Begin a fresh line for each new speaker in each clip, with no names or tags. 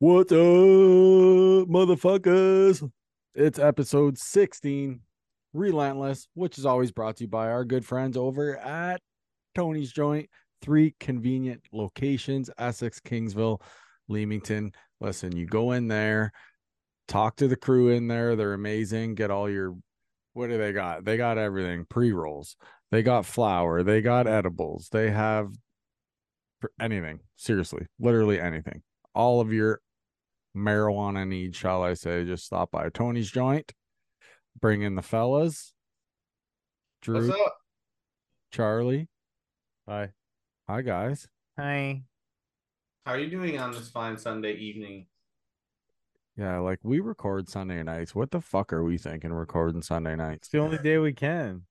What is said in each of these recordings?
What's up, motherfuckers? It's episode 16, Relentless, which is always brought to you by our good friends over at Tony's Joint. Three convenient locations Essex, Kingsville, Leamington. Listen, you go in there, talk to the crew in there. They're amazing. Get all your, what do they got? They got everything pre rolls, they got flour, they got edibles, they have pr- anything, seriously, literally anything. All of your marijuana needs, shall I say, just stop by Tony's joint, bring in the fellas, Drew,
What's up?
Charlie.
Hi.
Hi, guys.
Hi.
How are you doing on this fine Sunday evening?
Yeah, like we record Sunday nights. What the fuck are we thinking recording Sunday nights?
It's the only day we can.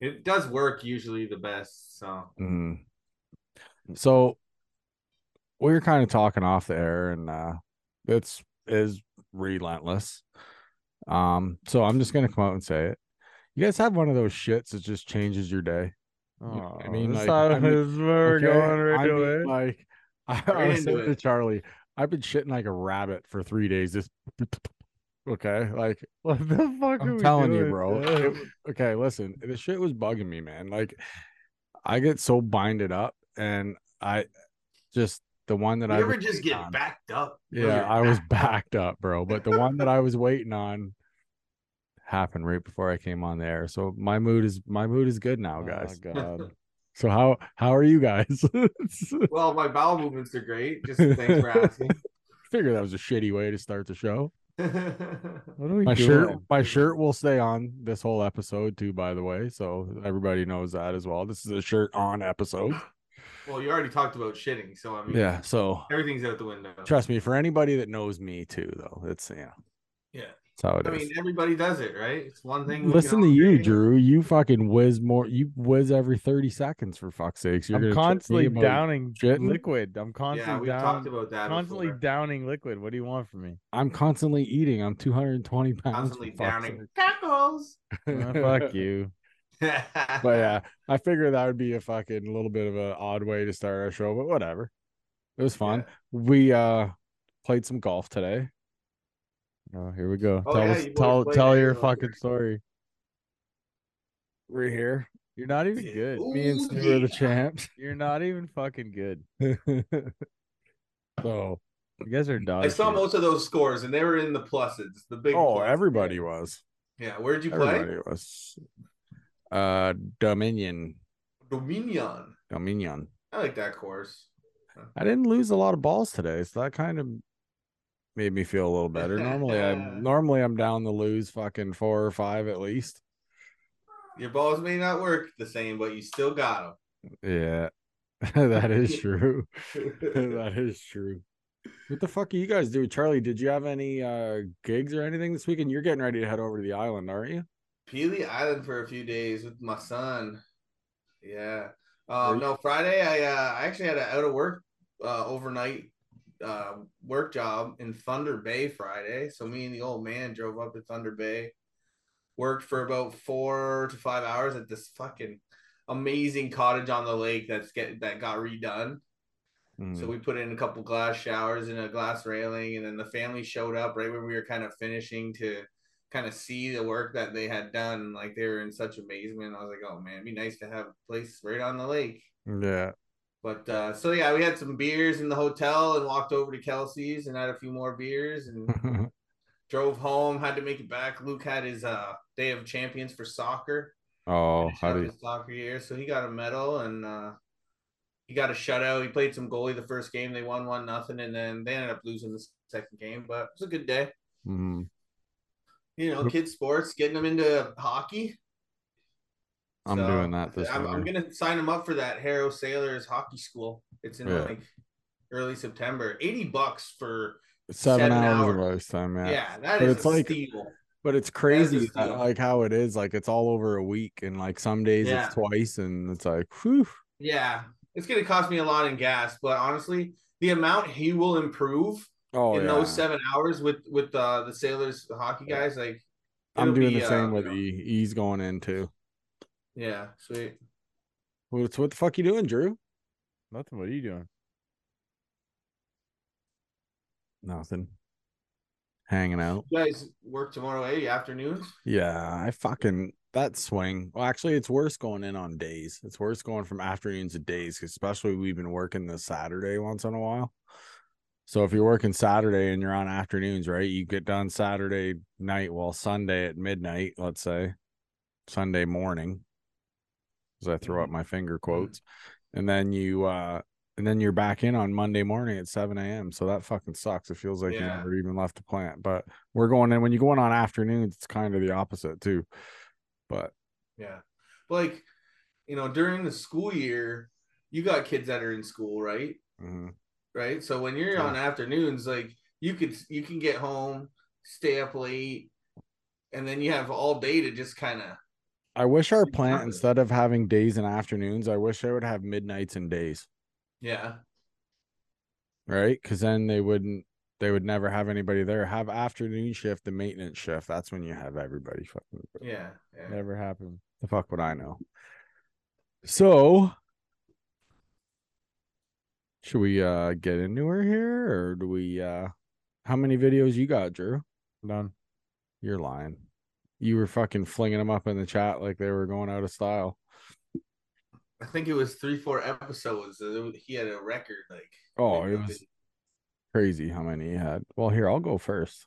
It does work usually the best, so
Mm. Mm-hmm. So we were kind of talking off the air and uh it's is relentless. Um, so I'm just gonna come out and say it. You guys have one of those shits that just changes your day.
Oh,
I mean,
this
like,
how
I mean,
is where we're
Okay,
going right
I mean,
away.
Like I, I
Right
was
into
saying to
it.
Charlie, I've been shitting like a rabbit for three days. Just okay, like
what the fuck are
I'm
we
telling you,
doing,
bro.
dude?
It w- okay, listen, the shit was bugging me, man. Like, I get so binded up, and I just the one that
you
I
ever
was
just
waiting
get
on-
backed up? You'll
Yeah,
get
I was
backed
backed up, bro. But the one that I was waiting on happened right before I came on the air. So my mood is my mood is good now,
Oh,
guys.
God.
So how how are you guys?
up. Well, my bowel movements are great. Just thanks for asking.
Figure that was a shitty way to start the show.
What are we
My
doing?
shirt, my shirt will stay on this whole episode too. By the way, so everybody knows that as well. This is a shirt on episode.
well, you already talked about shitting, so I mean,
Yeah. So
everything's out the window.
trust me, for anybody that knows me too, though, it's you know,
Yeah,
that's how it
I
is.
mean, everybody does it, right? It's one thing. we can
Listen
all
to you,
agree on.
Drew. You fucking whiz more. You whiz every thirty seconds for fuck's sakes. You're
I'm
gonna trip me
constantly
about-
downing
shitting?
liquid. I'm
Yeah,
constantly
we've talked
down,
about that.
constantly
before.
downing liquid. What do you want from me?
I'm constantly eating. I'm 220 pounds. for
constantly
fuck's
downing tacos.
Ah,
sake.
fuck you.
But yeah, I figure that would be a fucking little bit of an odd way to start our show, but whatever. It was fun. We uh played some golf today.
Oh, here we go.
Oh,
tell
yeah,
us,
you boys
tell,
played
tell
that
your
golf
fucking
tournament.
story.
We're here.
You're not even
Yeah.
good.
Ooh.
Me and
Ooh,
Stu are the
yeah.
champs.
You're not e-, even fucking good.
so
You guys are dogs.
I saw most of those scores, and they were in the pluses, the big.
oh
pluses.
everybody was.
Yeah, where'd you play?
Everybody was. Uh Dominion.
Dominion.
Dominion.
I like that course.
I didn't lose a lot of balls today, so that kind of made me feel a little better. Normally I'm normally I'm down to lose fucking four or five at least.
Your balls may not work the same, but you still got
Yeah, that is true.
them.
that is true. What the fuck are you guys doing, Charlie? Did you have any uh gigs or anything this weekend? You're getting ready to head over to the island, aren't you?
Peely Island for a few days with my son. Yeah. Um,
you-
no, Friday I uh, I actually had an out of work uh, overnight uh, work job in Thunder Bay Friday. So me and the old man drove up to Thunder Bay, worked for about four to five hours at this fucking amazing cottage on the lake that's get that got redone. So we put in a couple glass showers and a glass railing, and then the family showed up right when we were kind of finishing to kind of see the work that they had done. Like they were in such amazement. I was like, oh man, it'd be nice to have a place right on the lake.
yeah.
But uh, so yeah, we had some beers in the hotel and walked over to Kelsey's and had a few more beers and drove home. Had to make it back. Luke had his uh, day of champions for soccer
oh,
finished
how
up
do you?
his soccer year. So he got a medal and uh, he got a shutout. He played some goalie the first game. They won one nothing, and then they ended up losing the second game. But it was a good day.
Mm.
You know,
Yep.
kids sports, getting them into hockey.
I'm
So,
doing that this
I'm, I'm
winter.
gonna sign him up for that Harrow Sailors hockey school. It's in
Yeah.
like early September. Eighty bucks for
Seven,
seven
hours of
hours.
ice time,
yeah,
yeah.
that
But
is
it's
a
like-
steal.
But it's
is a
crazy, that,
steal.
like how it is. Like it's all over a week, and like some days
Yeah.
it's twice, and it's like, whew.
Yeah, it's gonna cost me a lot in gas, but honestly, the amount he will improve
Oh
in
yeah.
those seven hours with with uh, the sailors the hockey
Yeah.
guys like
I'm
it'll
doing
be,
the same
uh,
with E. E's going in too.
yeah sweet
What's what the fuck you doing, Drew?
Nothing. What are you doing?
Nothing. Hanging out.
You guys work tomorrow eh? afternoons?
Yeah, I fucking that swing. Well, actually, it's worse going in on days. It's worse going from afternoons to days, 'cause especially we've been working the Saturday once in a while. So if you're working Saturday and you're on afternoons, right? You get done Saturday night, well, Sunday at midnight, let's say, Sunday morning, as I throw
Mm-hmm.
up my finger quotes, and then you, uh, and then you're back in on Monday morning at 7 a.m. So that fucking sucks. It feels like you
Yeah.
never even left the plant. But we're going in when you go in on afternoons, it's kind of the opposite too. But
Yeah. Like, you know, during the school year, you got kids that are in school, right?
mhm,
Right. So when you're
Yeah.
on afternoons, like you could you can get home, stay up late, and then you have all day to just kind of
I wish our
Good
plant
time.
instead of having days and afternoons, I wish I would have midnights and days,
yeah.
right? Because then they wouldn't, they would never have anybody there. Have afternoon shift, the maintenance shift. That's when you have everybody. Fucking,
Yeah. Yeah.
Never happened.
the fuck would I know? So, should we uh get into her here, or do we? uh How many videos you got, Drew?
Done.
You're lying. You were fucking flinging them up in the chat like they were going out of style.
I think it was three, four episodes. uh, He had a record like
Oh, it
maybe-
was crazy how many he had. Well, here I'll go first.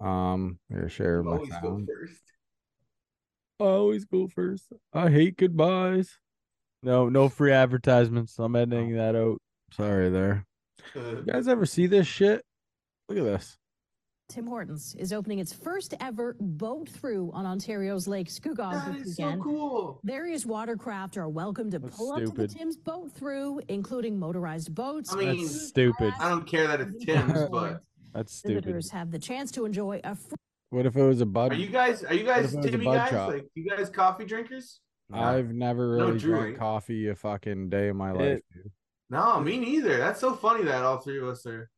Um, here share
you
my
always go
sound.
first.
I always go first. I hate goodbyes.
No, no free advertisements. I'm editing that out.
Sorry there.
Uh,
You guys ever see this shit? Look at this.
Tim Hortons is opening its first ever boat through on Ontario's Lake Scugog
that
this
is so
weekend.
cool.
Various watercraft are welcome to
That's
pull up to the
stupid.
Tim's boat through, including motorized boats.
I mean-
That's stupid.
I don't care that it's Tim's, but
That's stupid.
Visitors have the chance to enjoy a free
What if it was a
are
bud?
you guys are you guys
if it was a
Timmy
bud
guys?
shop?
Like you guys coffee drinkers?
I've never
No,
really
Drew,
drank
right?
coffee a fucking day in my
It-
life.
No, me neither. That's so funny that all three of us are.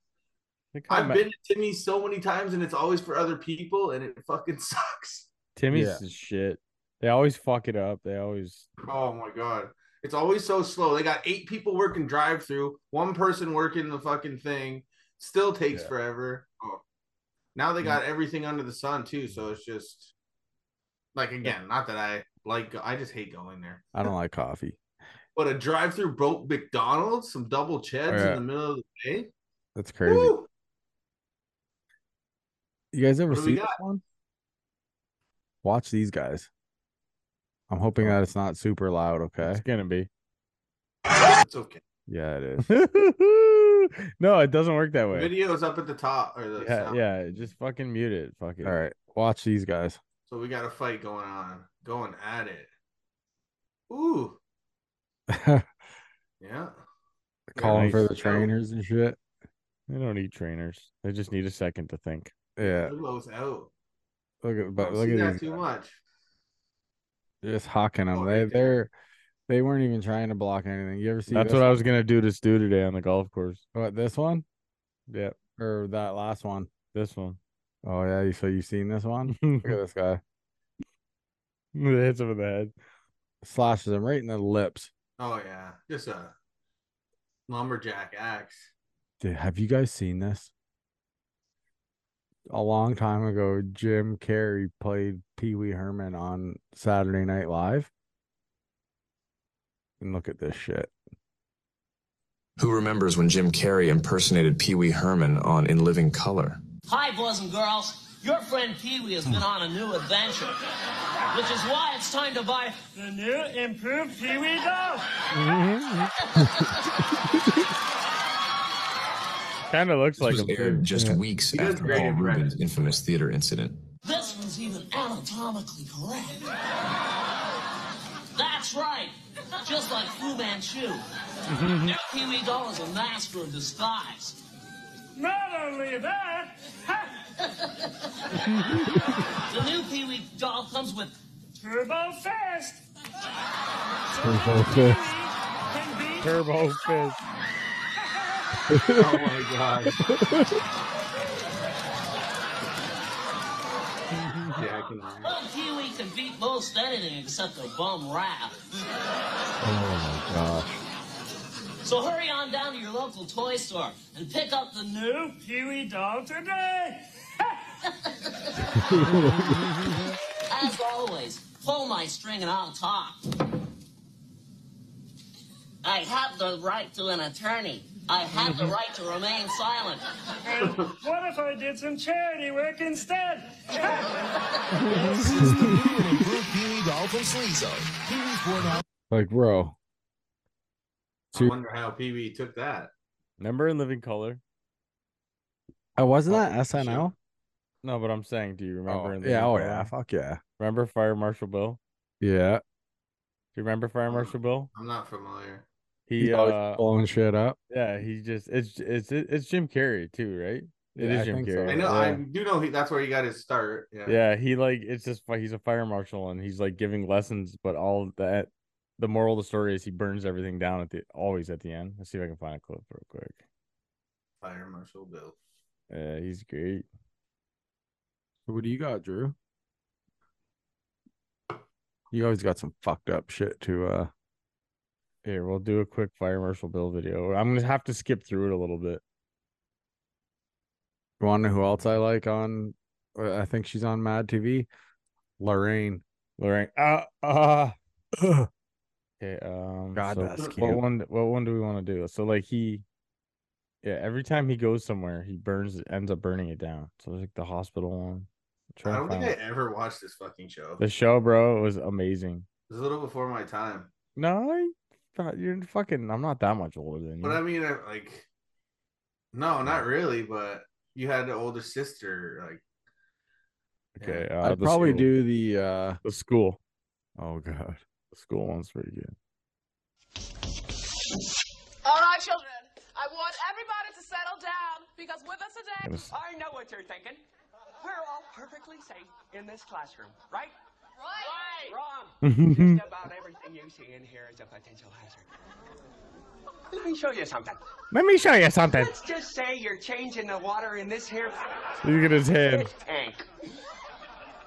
Think how
I've
ma-
been to Timmy's so many times and it's always for other people and it fucking sucks.
Timmy's
Yeah.
is shit. They always fuck it up. They always
Oh my god. It's always so slow. They got eight people working drive through, one person working the fucking thing. Still takes
Yeah.
forever. Oh. Now they got everything under the sun too, so it's just like again, not that I like go- I just hate going there.
I don't like coffee.
But a drive through broke McDonald's, some double cheds
Yeah.
in the middle of the day.
That's crazy.
Woo!
You guys ever
What do we
see this
got?
one? Watch these guys. I'm hoping that it's not super loud, okay?
it's gonna be.
It's okay.
Yeah, it is.
no, it doesn't work that
The
way.
video's up at the top or the
Yeah,
sound.
yeah, just fucking mute it. Fuck it.
All right, watch these guys.
So we got a fight going on, going at it. Ooh, yeah.
Calling for
nice.
the trainers and shit.
They don't need trainers. They just need a second to think.
Yeah,
Zulo's out.
look at but
Don't
look
see
at
that
these.
too
guys.
much.
Just hawking them.
Oh,
They
yeah.
they're they weren't even trying to block anything. You ever see
That's
this,
what I was gonna do to Stu today on the golf course.
what this one
Yeah,
or that last one?
this one.
Oh yeah, you- so you've seen this one? Look at this guy.
the hits over the head.
Slashes him right in the lips.
Oh yeah, just a lumberjack axe.
Dude, have you guys seen this? A long time ago, Jim Carrey played Pee Wee Herman on Saturday Night Live. And look at this shit.
Who remembers when Jim Carrey impersonated Pee Wee Herman on In Living Color?
Hi, boys and girls. Your friend Pee Wee has been on a new adventure, which is why it's time to buy the new improved Pee Wee dough.
Kind of looks
This
like
was
him.
aired
Too.
just weeks
He does
after
great
Paul
in Reddit.
Rubin's infamous theater incident.
This one's even anatomically correct. That's right. Just like Fu Manchu. New Pee Wee dough is a master of disguise. Not only that, the new Pee Wee doll comes with Turbo Fist.
Turbo Fist.
Turbo fist.
Oh my god. yeah, I can.
Well, Pee Wee can beat most anything except a bum rap.
Oh my gosh.
So hurry on down to your local toy store and pick up the new Pee Wee doll today. As always, pull my string and I'll talk. I have the right to an attorney. I have the right to remain silent.
What if I did some charity work instead?
Like, bro,
I wonder how PB took that.
Remember in Living Color?
I wasn't that SNL.
No, but I'm saying, do you remember? in
Oh,
Living
yeah, oh
Colour?
yeah, fuck yeah,
Remember Fire Marshal Bill?
yeah.
Do you remember Fire Marshal Bill?
I'm not familiar.
He
He's always
uh,
blowing shit up.
yeah, he just it's it's it's Jim Carrey too, right? It is
Yeah, I
Jim
think so.
Carrey.
I know.
Yeah.
I do know he, that's where he got his start. Yeah.
Yeah, he like it's just fi- he's a fire marshal and he's like giving lessons, but all of that the moral of the story is he burns everything down at the always at the end. Let's see if I can find a clip real quick.
Fire Marshal Bill.
Uh, he's great.
What do you got, Drew? You always got some fucked up shit to uh
Here, we'll do a quick fire marshal bill video. I'm gonna have to skip through it a little bit.
You want to know who else I like on? uh, I think she's on Mad TV. Lorraine.
Lorraine, uh, uh, okay. Um,
God,
so
that's
What
cute.
one? What one do we want to do? So like he, yeah. Every time he goes somewhere, he burns ends up burning it down. So like the hospital one.
I
Try to
don't think
find
I ever watched this fucking show.
the
It
show, bro. It was amazing.
was a little before my time.
No, I thought you're fucking. I'm not that much older than you.
But I mean, I- like, no, not really. But you had an older sister. Like,
okay, uh,
I'd
the
probably
school-
do the. uh
the school.
Oh god.
The school one's pretty good.
All right, children. I want everybody to settle down because with us today,
Yes.
I know what you're thinking. We're all perfectly safe in this classroom, right?
right?
Wrong. Just about everything you see in here is a potential hazard. Let me show you something.
Let me show you something.
Let's just say you're changing the water in this here
Look at his hand.
fish tank.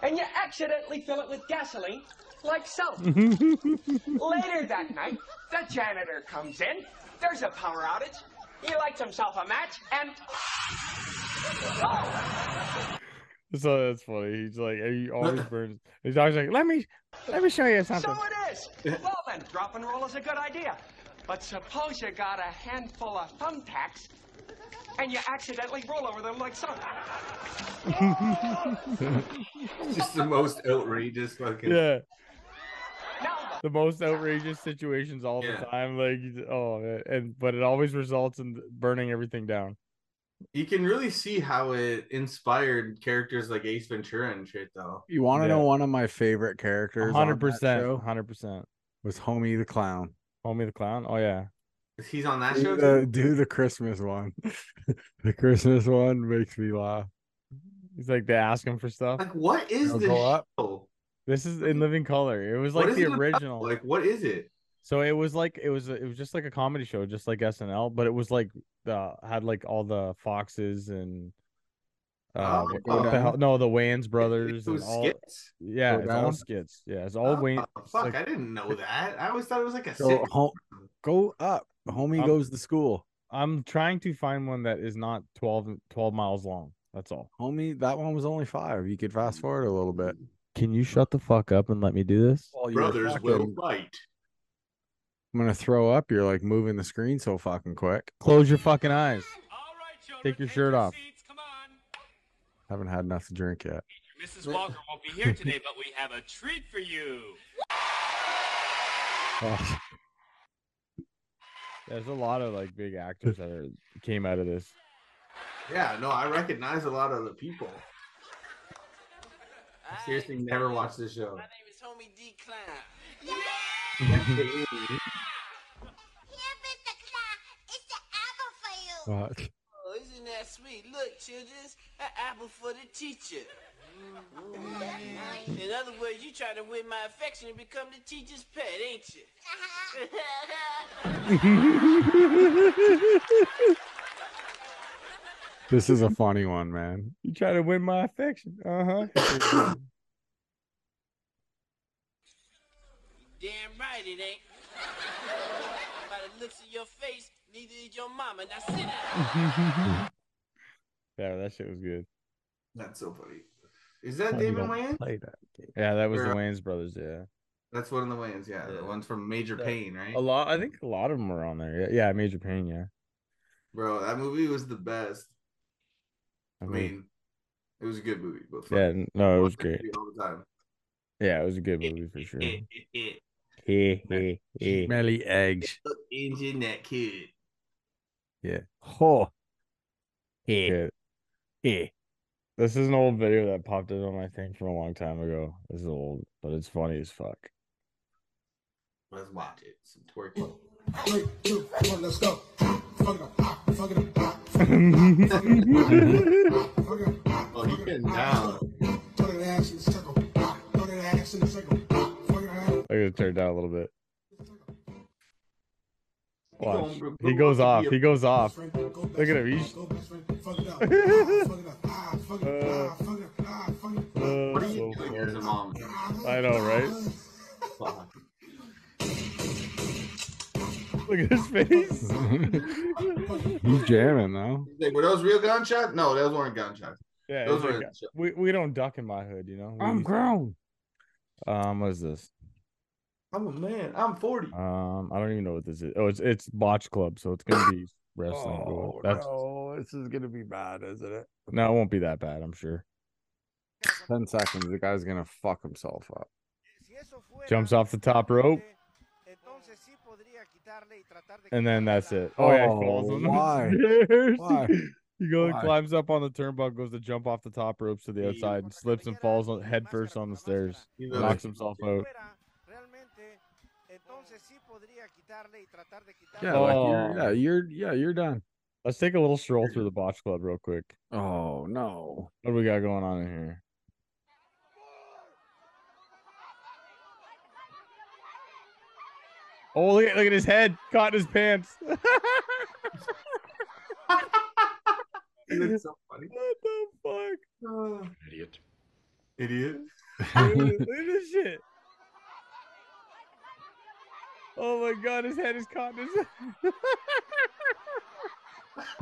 And you accidentally fill it with gasoline, like so. Later that night, the janitor comes in. There's a power outage. He lights himself a match and. Oh,
So that's funny. He's like, he always burns. He's always like, let me, let me show you
So
something.
it is. Well then, drop and roll is a good idea. But suppose you got a handful of thumbtacks and you accidentally roll over them like so.
just the most outrageous fucking.
Yeah,
Now,
the most outrageous situations all
Yeah.
the time. Like, he's- oh, man. and but it always results in burning everything down.
You can really see how it inspired characters like Ace Ventura and shit, though.
You want to
Yeah.
know one of my favorite characters? on that
Hundred percent,
show?
hundred percent.
was Homie the Clown.
Homie the clown. Oh yeah.
He's on that
Do
show.
the,
Too?
do the Christmas one. the Christmas one makes me laugh.
He's like they ask him for stuff.
Like, what is
They'll
this
go
show?
up.
This is in living color. It was
What
like
is
the
it about?
original.
Like, what is it?
So it was like it was a- it was just like a comedy show, just like SNL, but it was like the had like all the Foxes and uh
Oh,
what- what the hell? No, the Wayans brothers
It
and
was
all.
skits.
Yeah,
Go
it's all
down?
skits. Yeah, it's all Wayne.
Oh,
it's
fuck,
like-
I didn't know that. I always thought it was like a
Go,
sitcom.
ho- go up. Homie
Um,
goes to school.
I'm trying to find one that is not 12, 12 miles long. That's all.
Homie, that one was only five. You could fast forward a little bit.
Can you shut the fuck up and let me do this?
While you're
Brothers will
fucking-
fight.
I'm gonna throw up. You're like moving the screen so fucking quick.
Close your fucking eyes. Take your shirt off.
Haven't had enough to drink yet.
Mrs. Walker won't be here today, but we have a treat for you.
There's a lot of like big actors that are, came out of this.
Yeah, no, I recognize a lot of the people. I seriously never watched this show.
name is Homie D. Clown.
Fuck.
Oh, isn't that sweet? Look, children, an apple for the teacher. In other words, you trying to win my affection and become the teacher's pet, ain't you?
This is a funny one, man.
You try to win my affection. Uh huh.
Damn right it ain't. By the
what looks in your face, neither is your mama. Now sit down.
yeah, that shit was good.
That's so funny. Is that David Wayans?
Yeah, that was the
Or-
Wayans brothers. Yeah,
That's one of the Wayans, yeah. The ones from Major
Yeah.
Pain, right?
a lot. I think a lot of them were on there. Yeah, yeah Major Pain. Yeah,
Bro, that movie was the best.
I
I
mean,
mean, it was a good movie, but fuck,
yeah,
I
n- no, it
watch
was
that
great.
movie All the time.
Yeah, it was a good movie for sure.
Eh, eh, eh.
Hey, hey, hey.
Smelly eggs.
Look, Engine that kid.
Oh,
Yeah. This is an old video that popped up on my thing from a long time ago. This is old, but it's funny as fuck.
Let's watch it. Some twerking.
Three, two, one, let's go. Fuck it up, fuck it up, fuck it up.
Oh, he getting down.
Fuck it ass in the circle. Fuck it ass in the circle. Fuck it ass.
I gotta turn it down a little bit.
He
Watch.
gonna-
He goes off. He goes
Best
off.
friend, go best
Look at
friend,
him. He's
Go best friend. Fuck it up. Ah, Fuck it up. Ah, Fuck it up. Ah, Fuck it up. Ah, Fuck it up.
What are
uh,
you
so
doing as a mom?
I know, right?
Fuck.
Look at his face.
He's jamming now.
He's like, were those real gunshots? No, those weren't gunshots.
yeah,
Those
he's
were
like, we we don't duck in my hood, you know. We
I'm
used-
grown.
Um, what is this?
I'm a man. I'm 40.
Um, I don't even know what this is. Oh, it's it's botch club, so it's gonna be wrestling. but
Oh,
That's
no, this is gonna be bad, isn't it?
no, it won't be that bad, I'm sure.
Ten seconds. The guy's gonna fuck himself up.
Jumps off the top rope. And then that's it. Oh, yeah, he falls
Oh,
on the
why?
stairs.
Why?
He goes,
Why?
climbs up on the turnbuckle, goes to jump off the top ropes to the
Yeah.
outside, and slips and falls on, head first on the stairs.
He
Knocks
looks-
himself out.
Yeah, like you're,
Oh.
yeah, you're, yeah, you're done.
Let's take a little stroll through the botch club real quick.
Oh no.
What do we got going on in here? Oh, look at, look at his head caught in his pants. what
He looks so funny.
the fuck?
Idiot. Idiot.
Dude, look at this shit. Oh my god, his head is caught in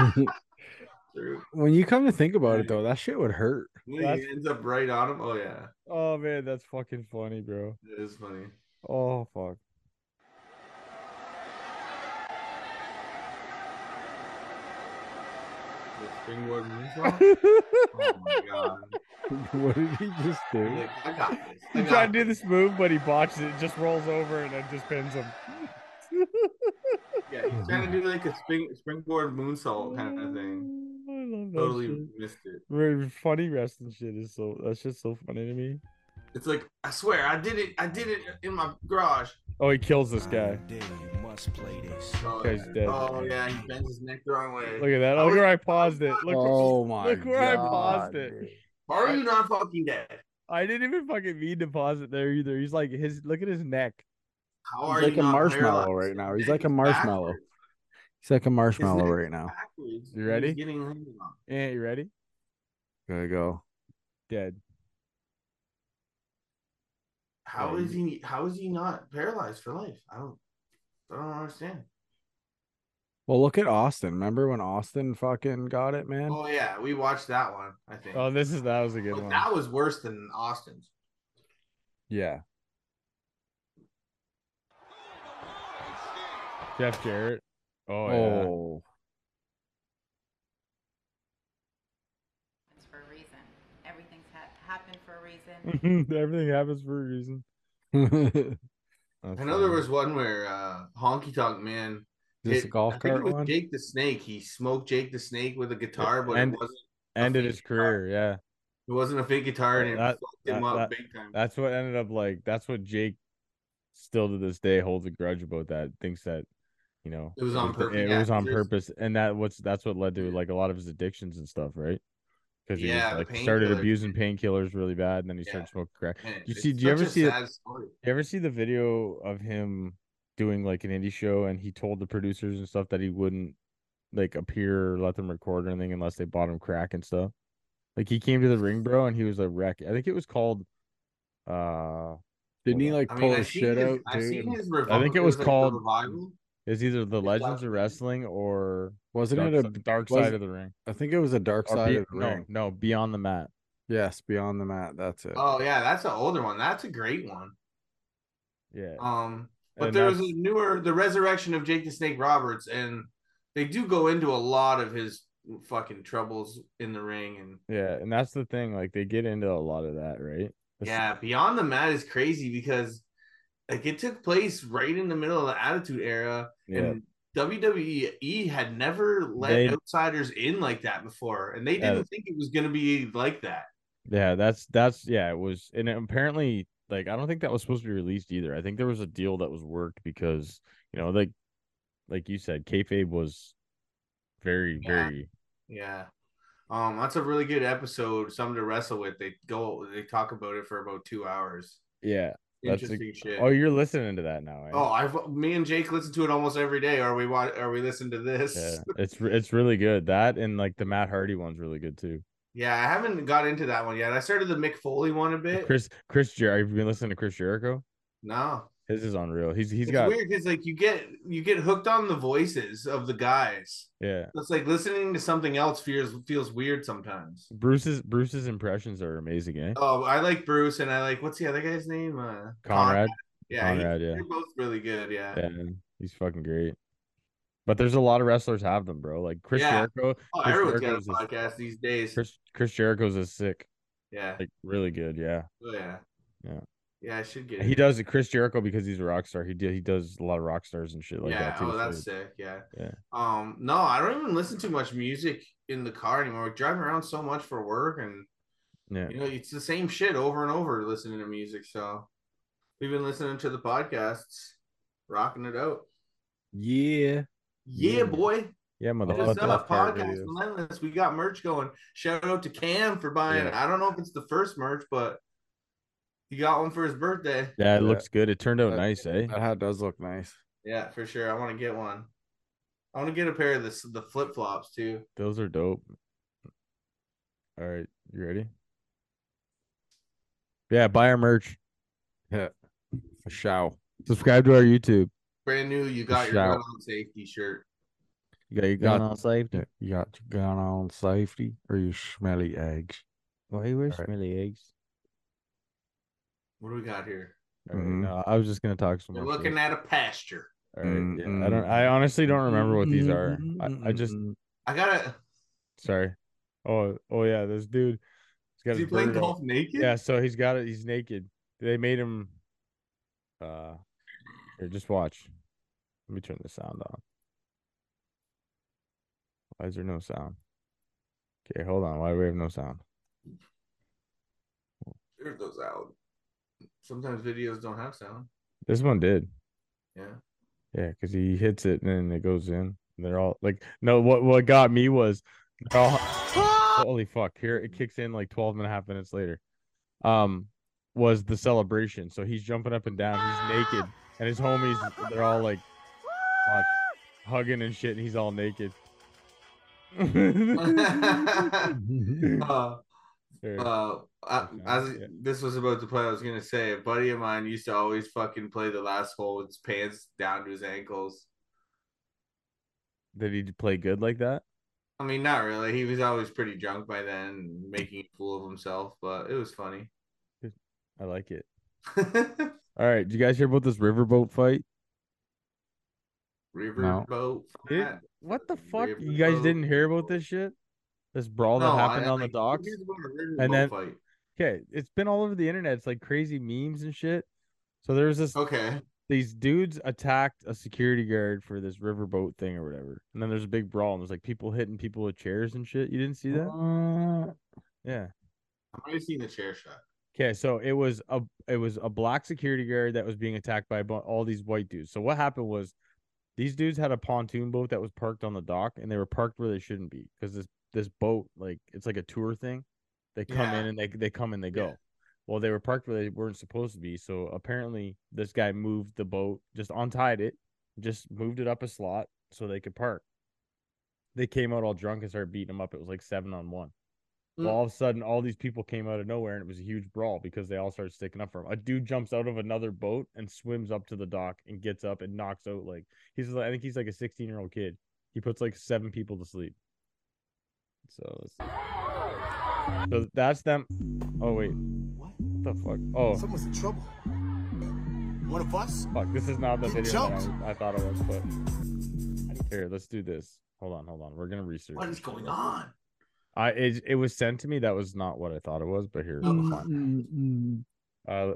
his
True.
When you come to think about it, though, that shit would hurt.
He
That's-
ends up right on him. Oh, yeah.
Oh man, that's fucking funny, bro.
That is funny.
Oh fuck.
The springboard moonsault? oh, my God.
what did he just
He's
do?
like, uh, I got this. I
He
got
tried to do this move, but he botched it. Just rolls over and then just pins him.
Yeah, he's trying to do like a spring springboard moonsault kind of thing.
Mm, I love that
Totally
shit.
missed it.
Very funny wrestling shit is so that's just so funny to me.
It's like I swear I did it. I did it in my garage.
Oh, he kills this guy.
Oh,
Guy's
yeah.
dead.
Oh yeah, he bends his neck the wrong way.
Look at that.
Uh, I
Look
was-
where I paused it. Look,
oh my
look where I paused
God,
it.
dude.
Are you not fucking dead?
I didn't even fucking mean to pause it there either. He's like his look at his neck.
How
He's
are
like
you
a
not
marshmallow
paralyzed?
right now. He's
Your
like a
neck is
marshmallow.
backwards.
He's like a marshmallow
neck
right now.
Backwards.
You
He's
ready?
Getting landed on.
Yeah, you ready?
Gotta go.
Dead.
How
Yeah,
is he? How is he not paralyzed for life? I don't. I don't understand.
Well, look at Austin. Remember when Austin fucking got it, man?
Oh yeah, we watched that one. I think.
Oh, this is that was a good
But
one.
that was worse than Austin's.
Yeah.
Jeff Jarrett. Oh, yeah.
Oh,
for a reason. Everything's ha- happened for a reason.
Everything happens for a reason. That's
I know there
funny.
was one where uh, Honky Tonk Man
this
It- I
golf
think it
cart
was
one.
Jake the Snake. He smoked Jake the Snake with a guitar, but
and-
it wasn't. a
ended
fake
his
guitar.
career. Yeah,
It wasn't a fake guitar, and it
That-
fucked him
that-
up
that-
big time.
that's what ended up like. That's what Jake still to this day holds a grudge about. That thinks that you know
It was on purpose,
It
yeah,
was on
there's-
purpose, and that what's that's what led to like a lot of his addictions and stuff, right? Because he was,
Yeah, the
like started
painkillers.
abusing painkillers really bad, and then he
Yeah.
started smoking crack.
Man,
you
it's
see- do you
such
ever
a
see it-
sad story.
You ever see the video of him doing like an indie show and he told the producers and stuff that he wouldn't like appear or let them record or anything unless they bought him crack and stuff? Like he came to the ring, bro, and he was a wreck. I think it was called uh
Didn't he
Hold
like
I
pull
mean, I've
his
seen
shit
his,
out
I've
too?
seen
and-
his revival.
I think it was
like, the
called-
revival.
It's either the Legends of Wrestling or
Wasn't
Dark
it
Si-
a
Dark
was-
Side of the Ring?
I think it was a dark
Or
side
Be-
of the
no,
ring.
No, Beyond the Mat.
Yes, beyond the mat. That's it.
Oh yeah, that's an older one. That's a great one.
Yeah.
Um, but
And
there was a
that's-
newer, the resurrection of Jake the Snake Roberts, and they do go into a lot of his fucking troubles in the ring, and
Yeah, and that's the thing. Like they get into a lot of that, right? That's-
yeah, Beyond the Mat is crazy because like it took place right in the middle of the Attitude Era,
Yeah.
and WWE had never let
They-
outsiders in like that before, and they
Yeah.
didn't think it was gonna be like that.
Yeah, that's that's yeah, it was and it apparently like I don't think that was supposed to be released either. I think there was a deal that was worked because, you know, like like you said, kayfabe was very,
Yeah.
very
Yeah. Um, that's a really good episode. Something to wrestle with. They go, they talk about it for about two hours.
yeah. That's a-
Interesting shit.
Oh, you're listening to that now. eh?
Oh, I've me and Jake listen to it almost every day. Are we want? Are we listen to this?
yeah.
Yeah.
It's re- it's really good. That and like the Matt Hardy one's really good too.
I haven't got into that one yet. I started the Mick Foley one a bit.
Chris Chris Jericho. Have you been listening to Chris Jericho?
no,
His is unreal. He's he's
it's
got
weird because like you get you get hooked on the voices of the guys.
yeah.
It's like listening to something else feels feels weird sometimes.
Bruce's Bruce's impressions are amazing, eh?
Oh, I like Bruce and I like what's the other guy's name? Uh,
Conrad.
Yeah, he-
Conrad, yeah.
they're both really good. Yeah.
Yeah, he's fucking great. But there's a lot of wrestlers have them, bro. Like Chris
Yeah.
Jericho.
Oh,
Chris
everyone's got a
Jericho's is-
podcast these days.
Chris Chris Jericho's is sick.
Yeah.
Like really good, yeah.
Oh, yeah.
Yeah.
Yeah, I should get
He
it.
does it Chris Jericho because he's a rock star. He did he does a lot of rock stars and shit like
yeah.
that too.
oh,
so
that's
it-
sick. Yeah.
Yeah.
Um, no, I don't even listen to much music in the car anymore. We're driving around so much for work, and
Yeah.
you know, it's the same shit over and over listening to music. So we've been listening to the podcasts, rocking it out.
Yeah.
Yeah,
Yeah.
boy.
Yeah,
Hit
motherfucker.
us up,
Left guard
podcast
videos.
relentless. We got merch going. Shout out to Cam for buying.
Yeah.
I don't know if it's the first merch, but he got one for his birthday.
Yeah, it
Yeah.
looks good. It turned out
That-
nice, eh?
That hat does look nice.
Yeah, for sure. I want to get one. I want to get a pair of this, the flip flops too.
Those are dope. All right, you ready? Yeah, buy our merch.
Yeah. For show.
Subscribe to our YouTube.
Brand new. You got your
Shout.
gun on safety shirt.
You got your
Got-
gun on safety.
You got your gun on safety or your smelly eggs.
Why you wear
All right.
smelly eggs?
What do we got here?
All right,
Mhm.
No, I was just gonna talk some
We're
more.
looking
shit.
at a pasture.
All right, yeah, I
Mm,
don't. I honestly don't remember what these are. I, I just
Mm-hmm.
I gotta.
sorry. Oh, oh yeah, this dude. He's got
Is he
his
playing
bird out.
golf naked?
Yeah, so he's got it. He's naked. They made him. Uh, here, just watch. Let me turn the sound on. Why is there no sound? Okay, hold on. Why do we have no sound?
There's those out. Sometimes videos don't have sound.
This one did.
Yeah.
Yeah, because he hits it and then it goes in. They're all like, no, what what got me was they're all, holy fuck. Here it kicks in like 12 and a half minutes later. Um, was the celebration. So he's jumping up and down, he's naked, and his homies they're all like watch, hugging and shit, and he's all naked.
uh,
Here.
Uh, I,
Okay,
as
yeah.
this was about to play, I was gonna say a buddy of mine used to always fucking play the last hole with his pants down to his ankles.
Did he play good like that?
I mean, not really. He was always pretty drunk by then, making a fool of himself, but it was funny.
I like it.
Riverboat
All right, did you guys hear about this riverboat fight? Dude,
flat.
what the fuck? You guys
Riverboat.
didn't hear about this shit? This brawl that
No,
happened
I-
on
I-
the docks?
here's about a riverboat
And then-
fight.
Okay, it's been all over the internet. It's like crazy memes and shit. So there was this
Okay.
these dudes attacked a security guard for this riverboat thing or whatever. And then there's a big brawl and there's like people hitting people with chairs and shit. You didn't see that?
Uh,
Yeah.
I've already seen the chair shot.
Okay, so it was a it was a black security guard that was being attacked by a bu- all these white dudes. So what happened was these dudes had a pontoon boat that was parked on the dock and they were parked where they shouldn't be because this this boat like it's like a tour thing. They come
Yeah.
in and they they come and they
Yeah.
go. Well, they were parked where they weren't supposed to be. So apparently this guy moved the boat, just untied it, just moved it up a slot so they could park. They came out all drunk and started beating them up. It was like 7 on 1. Well, all of a sudden, all these people came out of nowhere, and it was a huge brawl because they all started sticking up for him. A dude jumps out of another boat and swims up to the dock and gets up and knocks out like he's. I think he's like a 16 year old kid. He puts like seven people to sleep. So, it's- so that's them. Oh wait, what the fuck? Oh,
Someone's in trouble. One of us?
Fuck, this is not the
He
video that I,
jumped.
was- I thought it was, but here, let's do this. Hold on, hold on. We're gonna research.
What is going on?
I it, it was sent to me. That was not what I thought it was, but here. we'll find-
Mm-hmm.
Uh,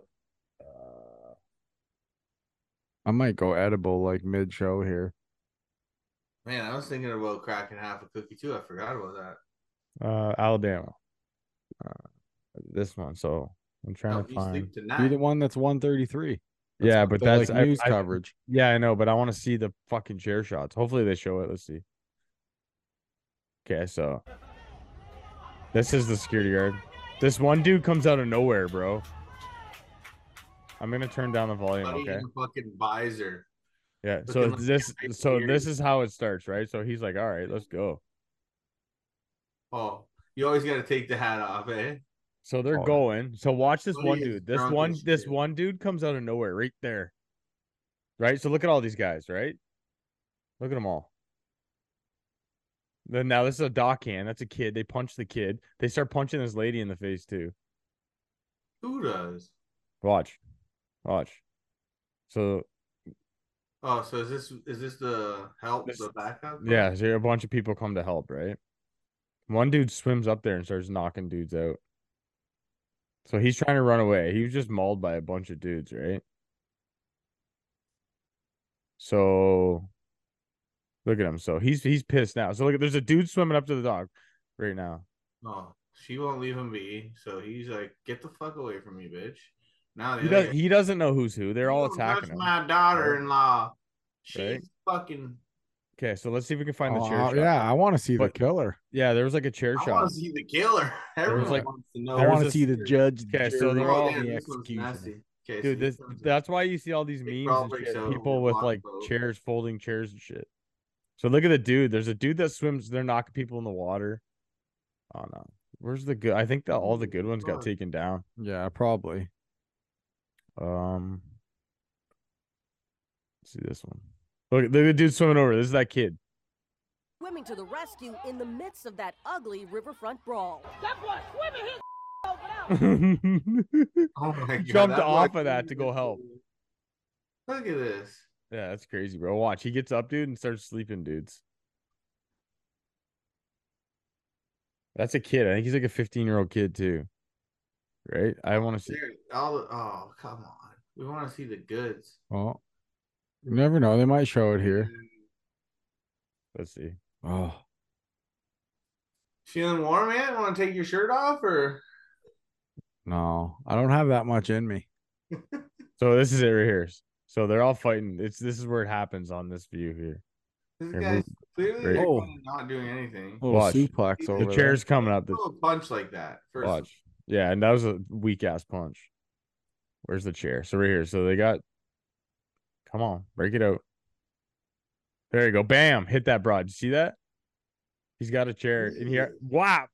I might go edible like mid show here.
Man, I was thinking about cracking half a cookie too. I forgot about that.
uh, Alabama. Uh, this one. So I'm trying
No,
to
you sleep
find.
tonight. Be the
one that's 133.
yeah, but
the,
that's
like,
I-
news
I-
coverage.
Yeah, I know, but I want to see the fucking chair shots. Hopefully they show it. Let's see. Okay, so this is the security guard. This one dude comes out of nowhere, bro. I'm gonna turn down the volume.
Not
Okay.
even a fucking visor.
Yeah. So
Looking like
this,
a
so
beard.
this is how it starts, right? So he's like, "All right, let's go."
Oh, you always got to take the hat off, eh?
So they're
Oh.
going. So watch this
Somebody
one
is
dude. This
drunk
one,
as
this one dude comes out of nowhere, right there. Right. So look at all these guys, right? Look at them all. Then now this is a dock hand. That's a kid. They punch the kid. They start punching this lady in the face too.
Who does?
Watch, watch. So
Oh, so is this is this the help the backup?
yeah, so a bunch of people come to help, right? One dude swims up there and starts knocking dudes out. So he's trying to run away. He was just mauled by a bunch of dudes, right? So look at him. So he's he's pissed now. So look, there's a dude swimming up to the dog right now.
Oh, she won't leave him be. So he's like, "Get the fuck away from me, bitch!" Now the
He
other
does
guy-
he doesn't know who's who. They're all
"Don't touch
attacking him.
my daughter-in-law. She's fucking.
Okay, so let's see if we can find the chair.
Oh,
shot.
yeah, I want to see
But-
the killer.
Yeah, there was like a chair
I
shot.
want to see the killer. Everyone
like-
wants to know.
I
There was
want to
a-
see the judge.
Okay, so
jury,
they're
and
all
the
Damn, this one's
executioner.
nasty. Okay,
Dude,
so
this that's why you see all these memes
probably
and shit,
so,
people
they're
with
blocked
like
boat.
chairs, folding chairs and shit. So look at the dude. There's a dude that swims. They're knocking people in the water. Oh no, where's the good? I think that all the good ones got
Fuck.
taken down.
Yeah, probably.
Um, let's see this one. Look, look at the dude swimming over. This is that kid.
swimming to the rescue in the midst of that ugly riverfront brawl.
Oh my God,
Jumped
that
off
one-
of that to go help.
Look at this.
Yeah, that's crazy, bro. Watch, he gets up, dude, and starts sleeping, dudes. That's a kid. I think he's like a 15 year old kid too. Right? I want to see.
There- all the- oh come on. We want to see the goods.
Well, you never know. They might show it here.
Let's see.
Oh,
Feeling warm, man? Want to take your shirt off or?
no. I don't have that much in me.
So this is it right here. So they're all fighting. It's this is where it happens on this view here.
This
Here,
guy's
move-
clearly
right-
like,
Oh.
not doing anything.
Little
Watch.
suplex over
The
there.
chair's coming up. Oh, The,
Throw a punch like that. First,
watch. Yeah, and that was a weak ass punch. Where's the chair? So right here. So they got. Come on, break it out. There you go. Bam! Hit that broad. You see that? He's got a chair in here. Wow.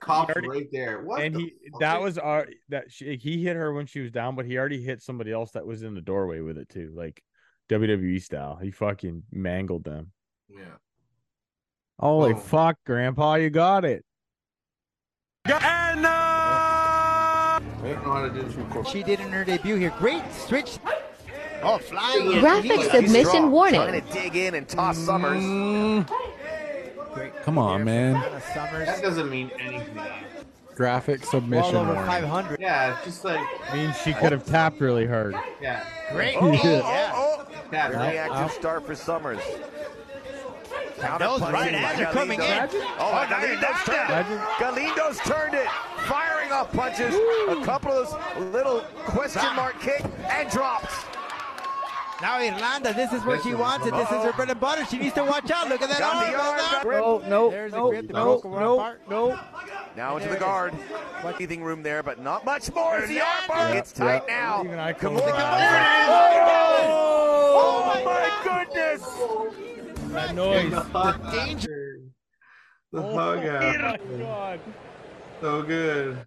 cops
already-
right there. What?
and
the
he
fuck
that
is-
was our that she, he hit her when she was down, but he already hit somebody else that was in the doorway with it too, like WWE style. He fucking mangled them.
Yeah.
Holy
Oh.
fuck, Grandpa, you got it.
I don't know how to do this.
She did in her debut here. Great switch. Oh, flying. in.
Graphic
He's- he's
submission
strong.
warning.
Trying to dig in and toss Summers.
Come on, man.
Summers.
That doesn't mean anything.
Graphic submission.
over
warning.
500.
Yeah, it's just like
Means she could have tapped really hard.
yeah.
Great.
Oh, oh,
yeah.
Yeah,
Very
right.
active start for Summers.
Those right hands are coming in.
Oh, and Galindo's turned it. Galindo's turned it. Firing off punches. A couple of those little question mark kick and drops.
Now Irlanda, this is where she wants it. This is her bread and butter. She needs to watch out. Look at that
Down
arm.
the
Look at that
arm.
grip.
No, no,
There's
no,
the grip. The
no,
broken one
no,
apart.
no. Now into the guard. Breathing room there, but not much more. As the armbar
Yeah,
gets tight
yeah.
now.
Even I
Kimura.
closed my
Oh,
Oh,
my goodness.
That noise.
What the fuck?
danger.
Oh, The hug out. So good.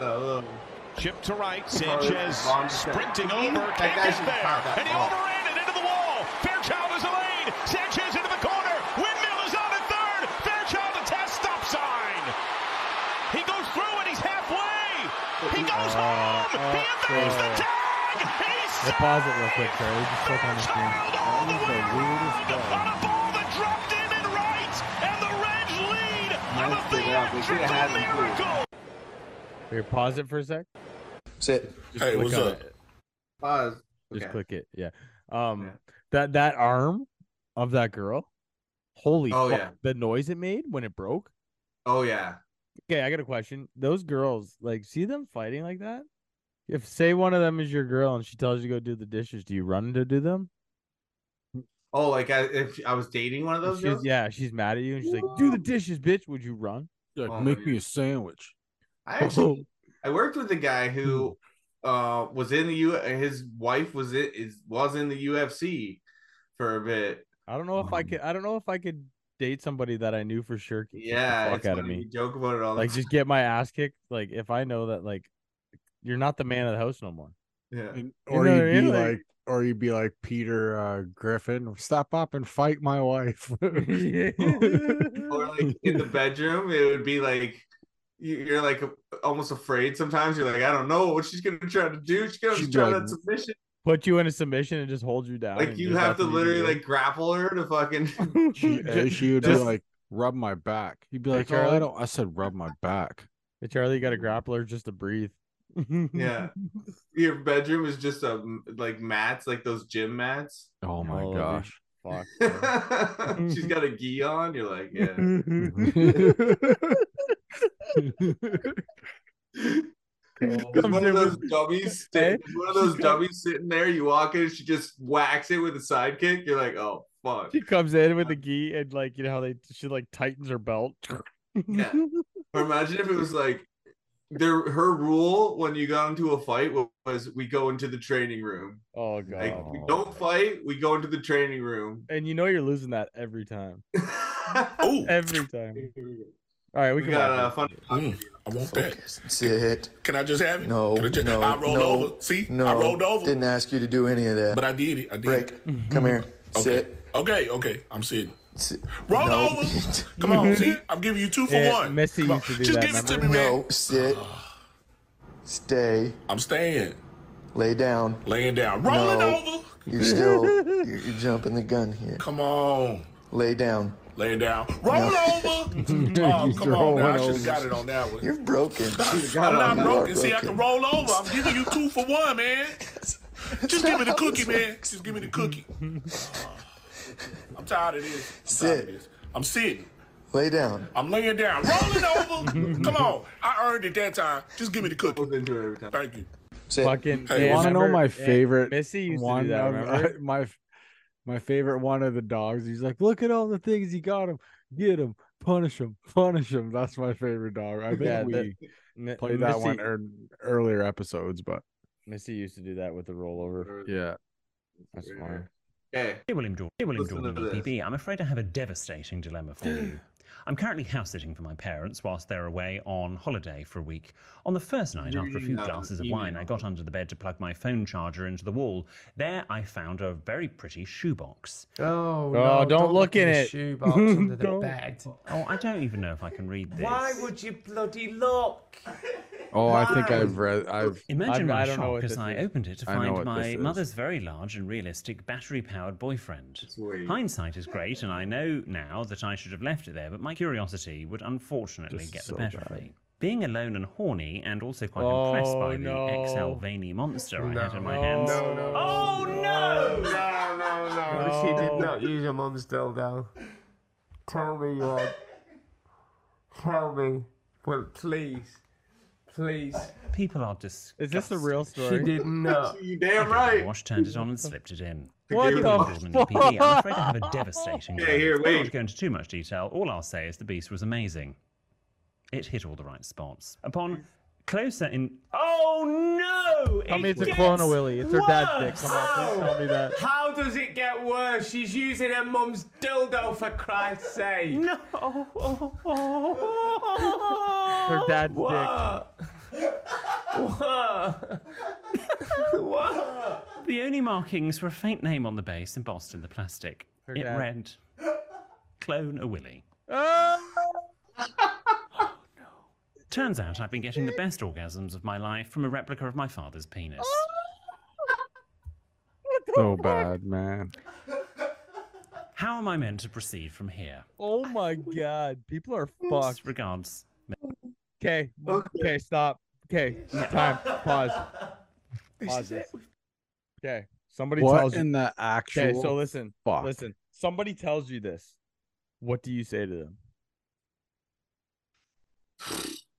Oh,
Chip to right, Sanchez sprinting over,
That guy
can't
should
get there,
pop that
and he
ball.
overran it into the wall. Fairchild is Elaine, Sanchez into the corner, Windmill is on at third, Fairchild attacks stop sign. He goes through and he's halfway. He
Uh,
goes home. He evades the tag. He's
Let's uh, pause it real quick, Charlie. We're Just click on the screen. That is the weirdest goal.
Nice dig out. They should have had him. too.
Here, pause it for a sec.
Sit.
Just click on it.
Pause.
Just
Okay.
click it. Yeah. Um that that arm of that girl. Holy
Oh,
fuck.
yeah.
The noise it made when it broke.
Oh yeah.
Okay, I got a question. Those girls, like, see them fighting like that? If say one of them is your girl and she tells you to go do the dishes, do you run to do them?
Oh, like I, if I was dating one of
If
those
She's,
girls,
yeah, she's mad at you and she's like, "Do the dishes, bitch." Would you run?
Like,
Oh,
make me a sandwich.
I actually I worked with a guy who
Hmm.
uh was in the U. His wife was it is was in the UFC for a bit.
I don't know if I could. I don't know if I could date somebody that I knew for sure. could kick the
Yeah,
fuck
it's
out of
funny,
me.
we joke about it all the
Like, just get my ass kicked. Like, if I know that, like, you're not the man of the house no more.
Yeah.
And-
You
or
know what I
you'd be
mean?
like,
Like-
or you'd be like Peter uh, Griffin, stop up and fight my wife.
or like in the bedroom, it would be like you- you're like almost afraid sometimes. You're like, I don't know what she's gonna try to do. She's gonna
She's
try
like-
that submission.
Put you in a submission and just hold you down.
Like
and
you
just
have to
you do
literally
it.
like grapple her to fucking
she, uh, she would be
Just-
like, rub my back. You'd be
Hey,
like, oh, I
Charlie.
don't. I said, rub my back.
Hey, Charlie, you got a grappler just to breathe.
yeah. Your bedroom is just a like mats, like those gym mats.
Oh my
Holy
gosh.
Fuck.
She's got a gi on. You're like, yeah. There's
Comes
one of
in
those
with-
dummies.
Eh?
sit- there's One of those dummies sitting there. You walk in, she just whacks it with a sidekick. You're like, oh fuck.
She comes in with the gi and like you know how they she like tightens her belt.
Yeah. Or imagine if it was like their her rule when you got into a fight wa- was we go into the training room.
Oh god.
Like we don't fight, we go into the training room.
and you know you're losing that every time. every time. All right, we,
We
can
got a
watch
fun.
I want that.
Mm. Sit.
Can I just have it?
No,
Can I, just,
no,
I rolled
no,
over. See,
no.
I rolled over,
Didn't ask you to do any of that.
but I did it. I did.
Rick,
it.
come here.
Okay.
Sit.
Okay, okay, I'm sitting.
Sit.
Roll
No.
over. Come on, see, I'm giving you two for
Yeah,
one.
Messi
Come on.
used to do
just
that,
give it to me,
remember?
man.
No, sit. Stay.
I'm staying,
Lay down.
laying down, rolling
No.
over.
You're still you're, you're jumping the gun here.
Come on,
Lay down.
laying down, roll over. Oh, come on, now. I should have got it on that one.
You're broken.
I'm not
You are
broken. See, I can
broken.
roll over. I'm giving you two for one, man. Just give me the cookie, man. Just give me the cookie. Uh, I'm tired of this. I'm tired
Sit.
of this. I'm sitting.
Lay down.
I'm laying down, rolling over. Come on, I earned it that time. Just give me the cookie.
into it every time.
Thank you.
Sit.
Fucking
Hey,
yeah,
wanna
know
remember-
my
yeah,
favorite
Missy used to
one
do that,
of
remember?
I- my f- my favorite one of the dogs. He's like, look at all the things he got him, get him, punish him, punish him. That's my favorite dog. I think
Yeah,
we
that- Mi-
played that one
Missy-
er, earlier episodes, but
Missy used to do that with the rollover.
yeah,
That's fine.
Okay.
Dear William Jordan, dear William
Listen
Jordan,
to this.
EPB, I'm afraid I have a devastating dilemma for you. I'm currently house sitting for my parents whilst they're away on holiday for a week. On the first night, after a few
Email,
glasses of
email.
wine, I got under the bed to plug my phone charger into the wall. There, I found a very pretty shoebox.
Oh,
Oh,
no,
don't look in
the
it.
Shoebox under the
Don't.
bed.
Oh, I don't even know if I can read this.
Why would you bloody look?
Oh, I think
Why?
I've read. I've
Imagine
I've,
my
I don't know
shock
what
as
this
I
is.
opened it to
I know
find
what
my
this is.
mother's very large and realistic battery-powered boyfriend.
weird.
Hindsight is great, and I know now that I should have left it there, but my curiosity would unfortunately
Just
get
so
the better of
bad.
me. Being alone and horny, and also quite
Oh,
impressed by
no.
the ex-Alvany monster I had in my
No,
hands.
no, no.
Oh
No,
no!
no, no, no. She did not use your mum's dildo. Tell me you had. Tell me. Well, please. Please.
People are just.
Is this the real story?
She did not.
You damn right.
Wash turned it on and slipped it in.
What
Dear
the
Alderman and PD, I'm afraid I have a devastating.
Yeah, here,
I'm not
wait.
go into too much detail. All I'll say is the beast was amazing. It hit all the right spots. Upon closer in, oh no!
Tell me
it
it's a
gets
clone of Willy. It's her dad's
worse.
dick. Come on, please
How?
tell me that.
How does it get worse? She's using her mum's dildo for Christ's sake. No.
Her dad's dick.
What? what?
The only markings were a faint name on the base embossed in the plastic.
Her
it
Uh.
dad.
read, Clone a Willy.
Ah!
Turns out I've been getting the best orgasms of my life from a replica of my father's penis.
So bad, man.
How am I meant to proceed from here?
Oh my god, people are fucked.
Regards.
Okay, okay, stop. Okay, time. Pause. Pause this. Okay, somebody
What
tells you
in the
Okay, so
actual
listen,
fuck?
listen. Somebody tells you this. What do you say to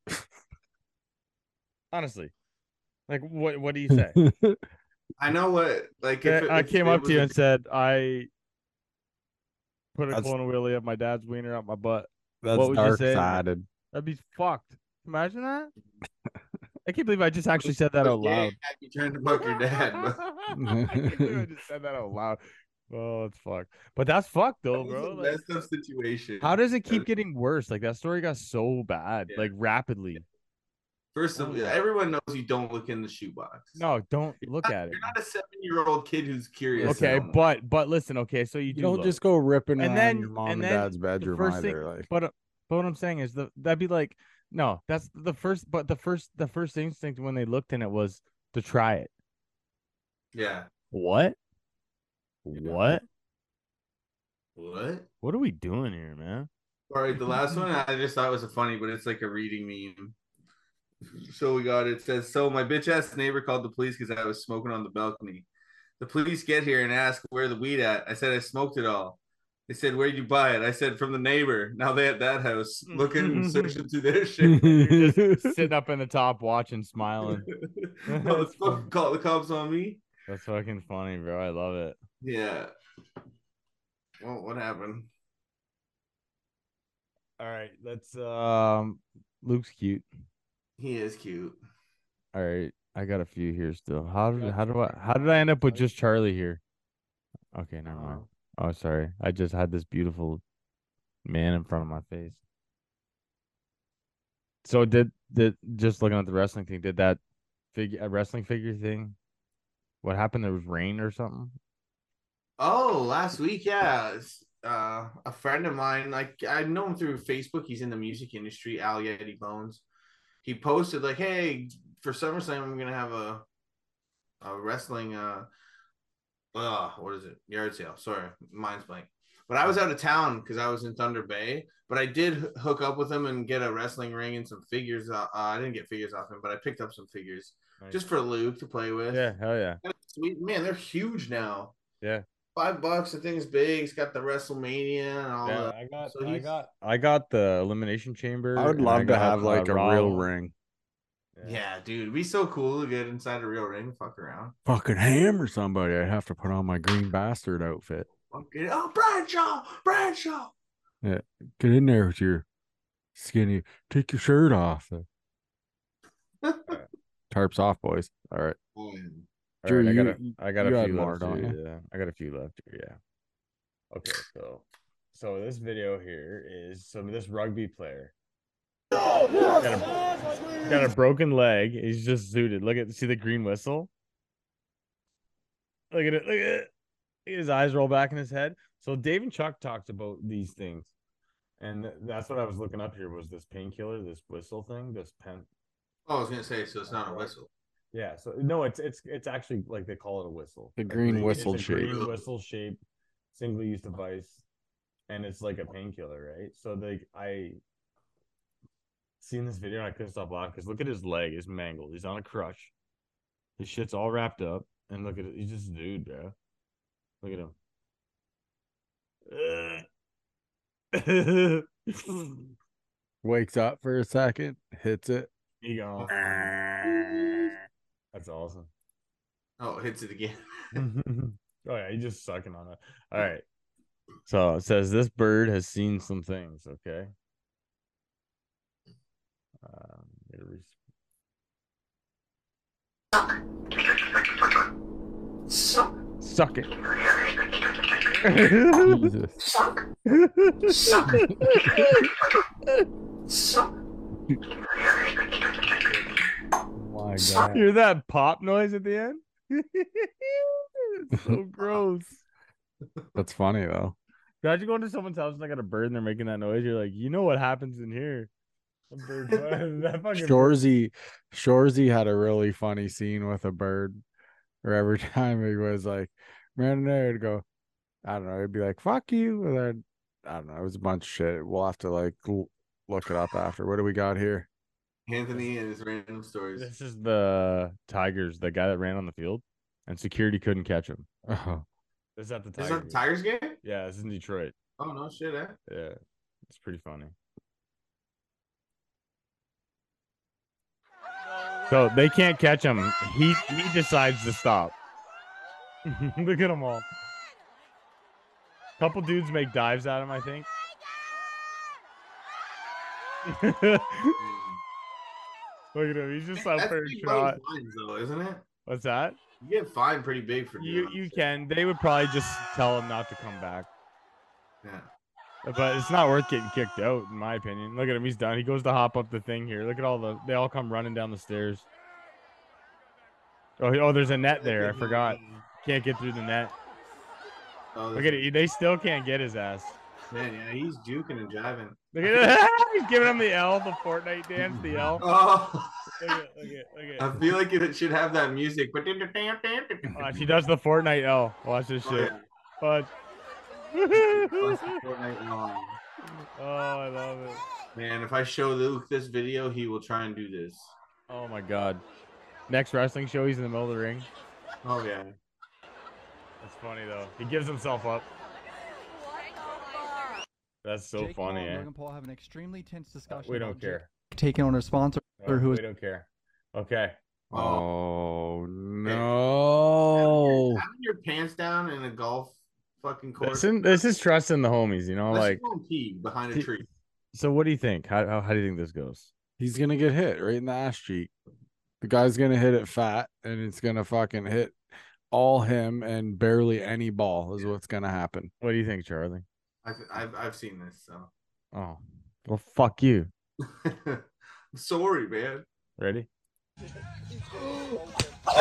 them? Honestly, like what? What do you say?
I know what like
Okay,
if it-
I
if
came
it
up
was
to you
a-
and said, "I put a
That's-
clone wheelie of my dad's wiener up my butt."
That's
what would you say?
dark-sided.
That'd be fucked. Imagine that. I can't believe I just actually said that out
Yeah,
loud.
You trying to fuck your dad.
I can't believe I just said that out loud. Oh, it's fucked. But that's fucked though,
That was
bro.
a
Like,
messed up situation.
how does it keep getting worse? Like that story got so bad, like rapidly.
First of all, everyone knows you don't look in the shoebox.
No, don't look at it.
You're not a seven-year-old kid who's curious.
Okay,
no more.
but but listen, okay, so you, do
don't
look.
just go ripping around
then-
your mom and
then
dad's
the
bedroom
first
either,
thing-
like-
but uh, but what I'm saying is the that'd be like no, that's the first. But the first the first instinct when they looked in it was to try it.
yeah.
What? What?
What?
What are we doing here, man?
All right, the last one I just thought was funny, but it's like a reading meme. So we got it says, So my bitch ass neighbor called the police because I was smoking on the balcony. The police get here and ask where the weed at. I said I smoked it all. They said, Where'd you buy it? I said from the neighbor. Now they at that house looking searching through their shit.
Sitting up in the top, watching, smiling.
Oh, the fuck, call the cops on me.
That's fucking funny, bro. I love it.
Yeah. Well, what happened?
All right, let's. Um, Luke's cute.
He is cute.
All right, I got a few here still. How did how do I how did I end up with just Charlie here? Okay, never mind. Oh, sorry. I just had this beautiful man in front of my face. So did did just looking at the wrestling thing? Did that figure wrestling figure thing? What happened? There was rain or something.
Oh, last week, yeah. s- Uh, a friend of mine, like I know him through Facebook. He's in the music industry, Al Yeti Bones. He posted like, "Hey, for SummerSlam, I'm gonna have a a wrestling uh, uh what is it? Yard sale. Sorry, mine's blank. But I was out of town because I was in Thunder Bay. But I did h- hook up with him and get a wrestling ring and some figures. Uh, uh, I didn't get figures off him, but I picked up some figures just for Luke to play with.
Yeah, hell yeah,
Sweet man, they're huge now
yeah.
five bucks. The thing's big. It's got the WrestleMania and all
Yeah,
that.
I got-
so
I
he's-
got- I got the elimination chamber.
I would
and
love to
got,
have
uh,
like a
Raw.
real ring.
Yeah. dude, we so cool to get inside a real ring. Fuck around.
Fucking hammer somebody. I'd have to put on my green bastard outfit.
Fuck it. Oh, Bradshaw, Bradshaw.
Yeah, get in there with your skinny. Take your shirt off. Tarps off, boys. All right.
Um,
All
Drew,
right, I
you-
got a, I got
you
a
had
few
more,
left
don't
here.
you?
Yeah, I got a few left here. Yeah. Okay, so so this video here is so this rugby player got a, got a broken leg. He's just zooted. Look at see the green whistle. Look at it. Look at it. His eyes roll back in his head. So Dave and Chuck talked about these things, and th- that's what I was looking up here was this painkiller, this whistle thing, this pen.
Oh, I was gonna say, so it's not a whistle.
Yeah. So no, it's it's it's actually like they call it a whistle.
The
A
green
it's
whistle
a Green
shape.
whistle shape, single use device, and it's like a painkiller, right? So like I seen this video and I couldn't stop laughing because look at his leg, is mangled. He's on a crutch. His shit's all wrapped up, and look at it. He's just a dude, bro. Look at him.
Wakes up for a second, hits it.
He gone. That's awesome.
Oh, it hits it again.
oh yeah, you just sucking on it. All right. So it says this bird has seen some things. Okay. Um, gotta res- Suck, Suck it.
Suck.
Suck.
Suck.
My
You Hear that pop noise at the end? It's so gross.
That's funny though.
Imagine going to someone's house and they got a bird and they're making that noise. You're like, you know what happens in here. A bird- that fucking
Shorzy Shorzy had a really funny scene with a bird where every time he was like man there would go, I don't know, it'd be like, fuck you. And then I don't know, it was a bunch of shit. We'll have to like l- look it up after. What do we got here?
Anthony and his random stories.
This is the Tigers, the guy that ran on the field, and security couldn't catch him.
Oh,
Is that the
Is
Tigers?
that the Tigers game?
Yeah, it's in Detroit.
Oh no shit, eh?
Yeah, it's pretty funny. So they can't catch him. He he decides to stop. Look at them all. Couple dudes make dives at him, I think. Look at him. He's just
That's
out for a
pretty low
shot.
fines, though, isn't it?
What's that?
You get fined pretty big for doing
You
that
you
shit.
can. They would probably just tell him not to come back.
Yeah.
But it's not worth getting kicked out, in my opinion. Look at him; he's done. He goes to hop up the thing here. Look at all the. They all come running down the stairs. Oh, he- oh, there's a net there. I forgot. Can't get through the net.
Oh,
Look
there's
at it. They still can't get his ass.
a- Man, yeah, he's juking and jiving.
Look at it. he's giving him the L, the Fortnite dance, the L.
Oh.
Look at, look at, look at.
I feel like it should have that music. But
Watch, he does the Fortnite L. Watch
Oh,
this shit. Watch. Oh, I love it.
Man, if I show Luke this video, he will try and do this.
Oh my god. Next wrestling show, he's in the middle of the ring.
Oh yeah.
That's funny though. He gives himself up. That's so
Jake Paul
uh,
funny.
and
Eh?
Logan Paul have an extremely tense discussion.
We
about
don't
Jake
care.
Taking on a sponsor
No,
who
we
is
don't care. Okay.
Oh no.
Having your pants down in a golf fucking course.
This, is- this is trusting the homies, you know.
Unless
Like,
you don't pee behind a
He-
tree.
so what do you think? How how, how do you think this goes?
He's gonna get hit right in the ass cheek. The guy's gonna hit it fat and it's gonna fucking hit all him and barely any ball is what's gonna happen.
What do you think, Charlie?
I've, I've I've seen this, so
Oh, well, fuck you.
I'm sorry, man.
Ready?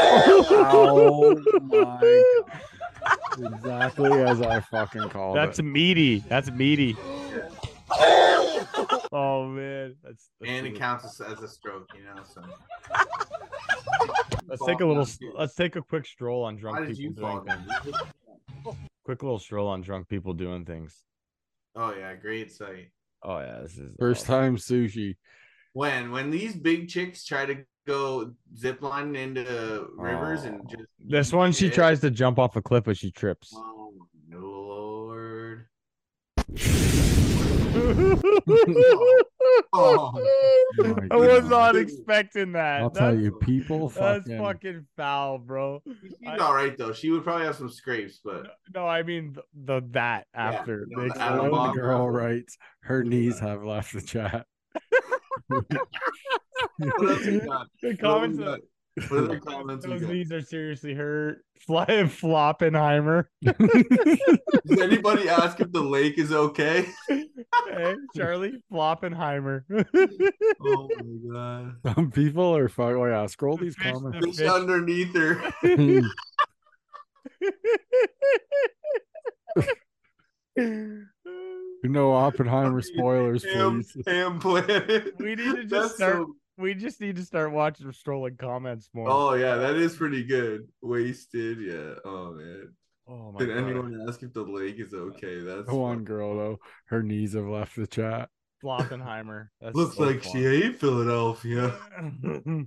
oh my god. Exactly as I fucking called
That's
it.
meaty. That's meaty. oh man, that's, that's
And it
good.
counts as, as a stroke, you know. So
Let's take a little. s- Let's take a quick stroll on drunk
Why did you
people
fall
doing
down?
things. Quick little stroll on drunk people doing things.
Oh yeah, great sight.
Oh yeah, this is
First time sushi.
When when these big chicks try to go ziplining into rivers and just
This one, she
Yeah.
tries to jump off a cliff, but she trips.
oh lord. Oh,
I was
God.
not expecting that.
I'll tell
That's-
you, people
That's
fucking,
fucking foul, bro.
She's all right though. She would probably have some scrapes, but
No, I mean the, the that after.
you know,
Nick's
the Adam
one.
Bomb.
the girl writes her knees have left the chat.
what else we got?
The
What else
comments.
we
that-
got? What other comments we
Those
got?
knees are seriously hurt. Fly Floppenheimer.
Does anybody ask if the lake is okay?
hey, Charlie Floppenheimer.
Oh my god.
Some people are fucking. Oh yeah, scroll these
Fish
comments.
Fish
Fish.
underneath her.
no Oppenheimer spoilers,
Ham,
please.
ham planet.
we need to
That's
just start.
so-
We just need to start watching strolling comments more.
Oh yeah, that is pretty good. Wasted, yeah. Oh man.
Oh my
Did
God.
anyone ask if the lake is okay? That's
The one girl though, her knees have left the chat.
Floppenheimer. That's
looks
so
like she
funny.
ate Philadelphia.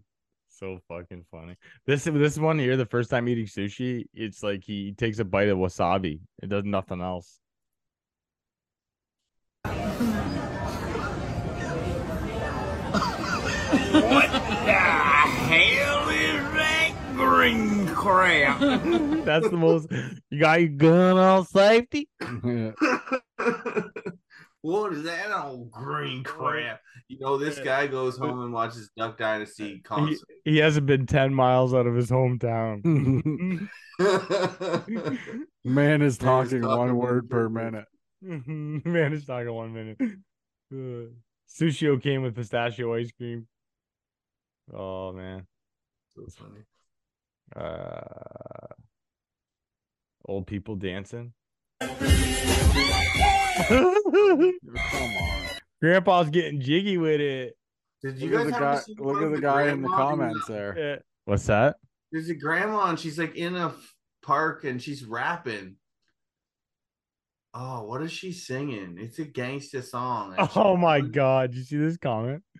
so fucking funny. This this one here, the first time eating sushi, it's like he takes a bite of wasabi. It does nothing else.
What the hell is that green crap?
That's the most. You got your gun on safety?
Yeah.
What is that old green
Oh,
crap? You know, this guy goes home and watches Duck Dynasty
He,
concert.
he hasn't been 10 miles out of his hometown.
Man is talking one word per minute.
Man, it's talking one minute. Uh, Sushio came with pistachio ice cream. Oh man.
So funny.
Uh, old people dancing. Grandpa's getting jiggy with it.
Did
you Look at guys the ever guy- see the look one at with the the guy in the grandma and the- comments there.
Yeah. What's that?
There's a grandma and she's like in a f- park and she's rapping. Oh, what is she singing? It's a gangsta song. and she-
Oh my god! You see this comment?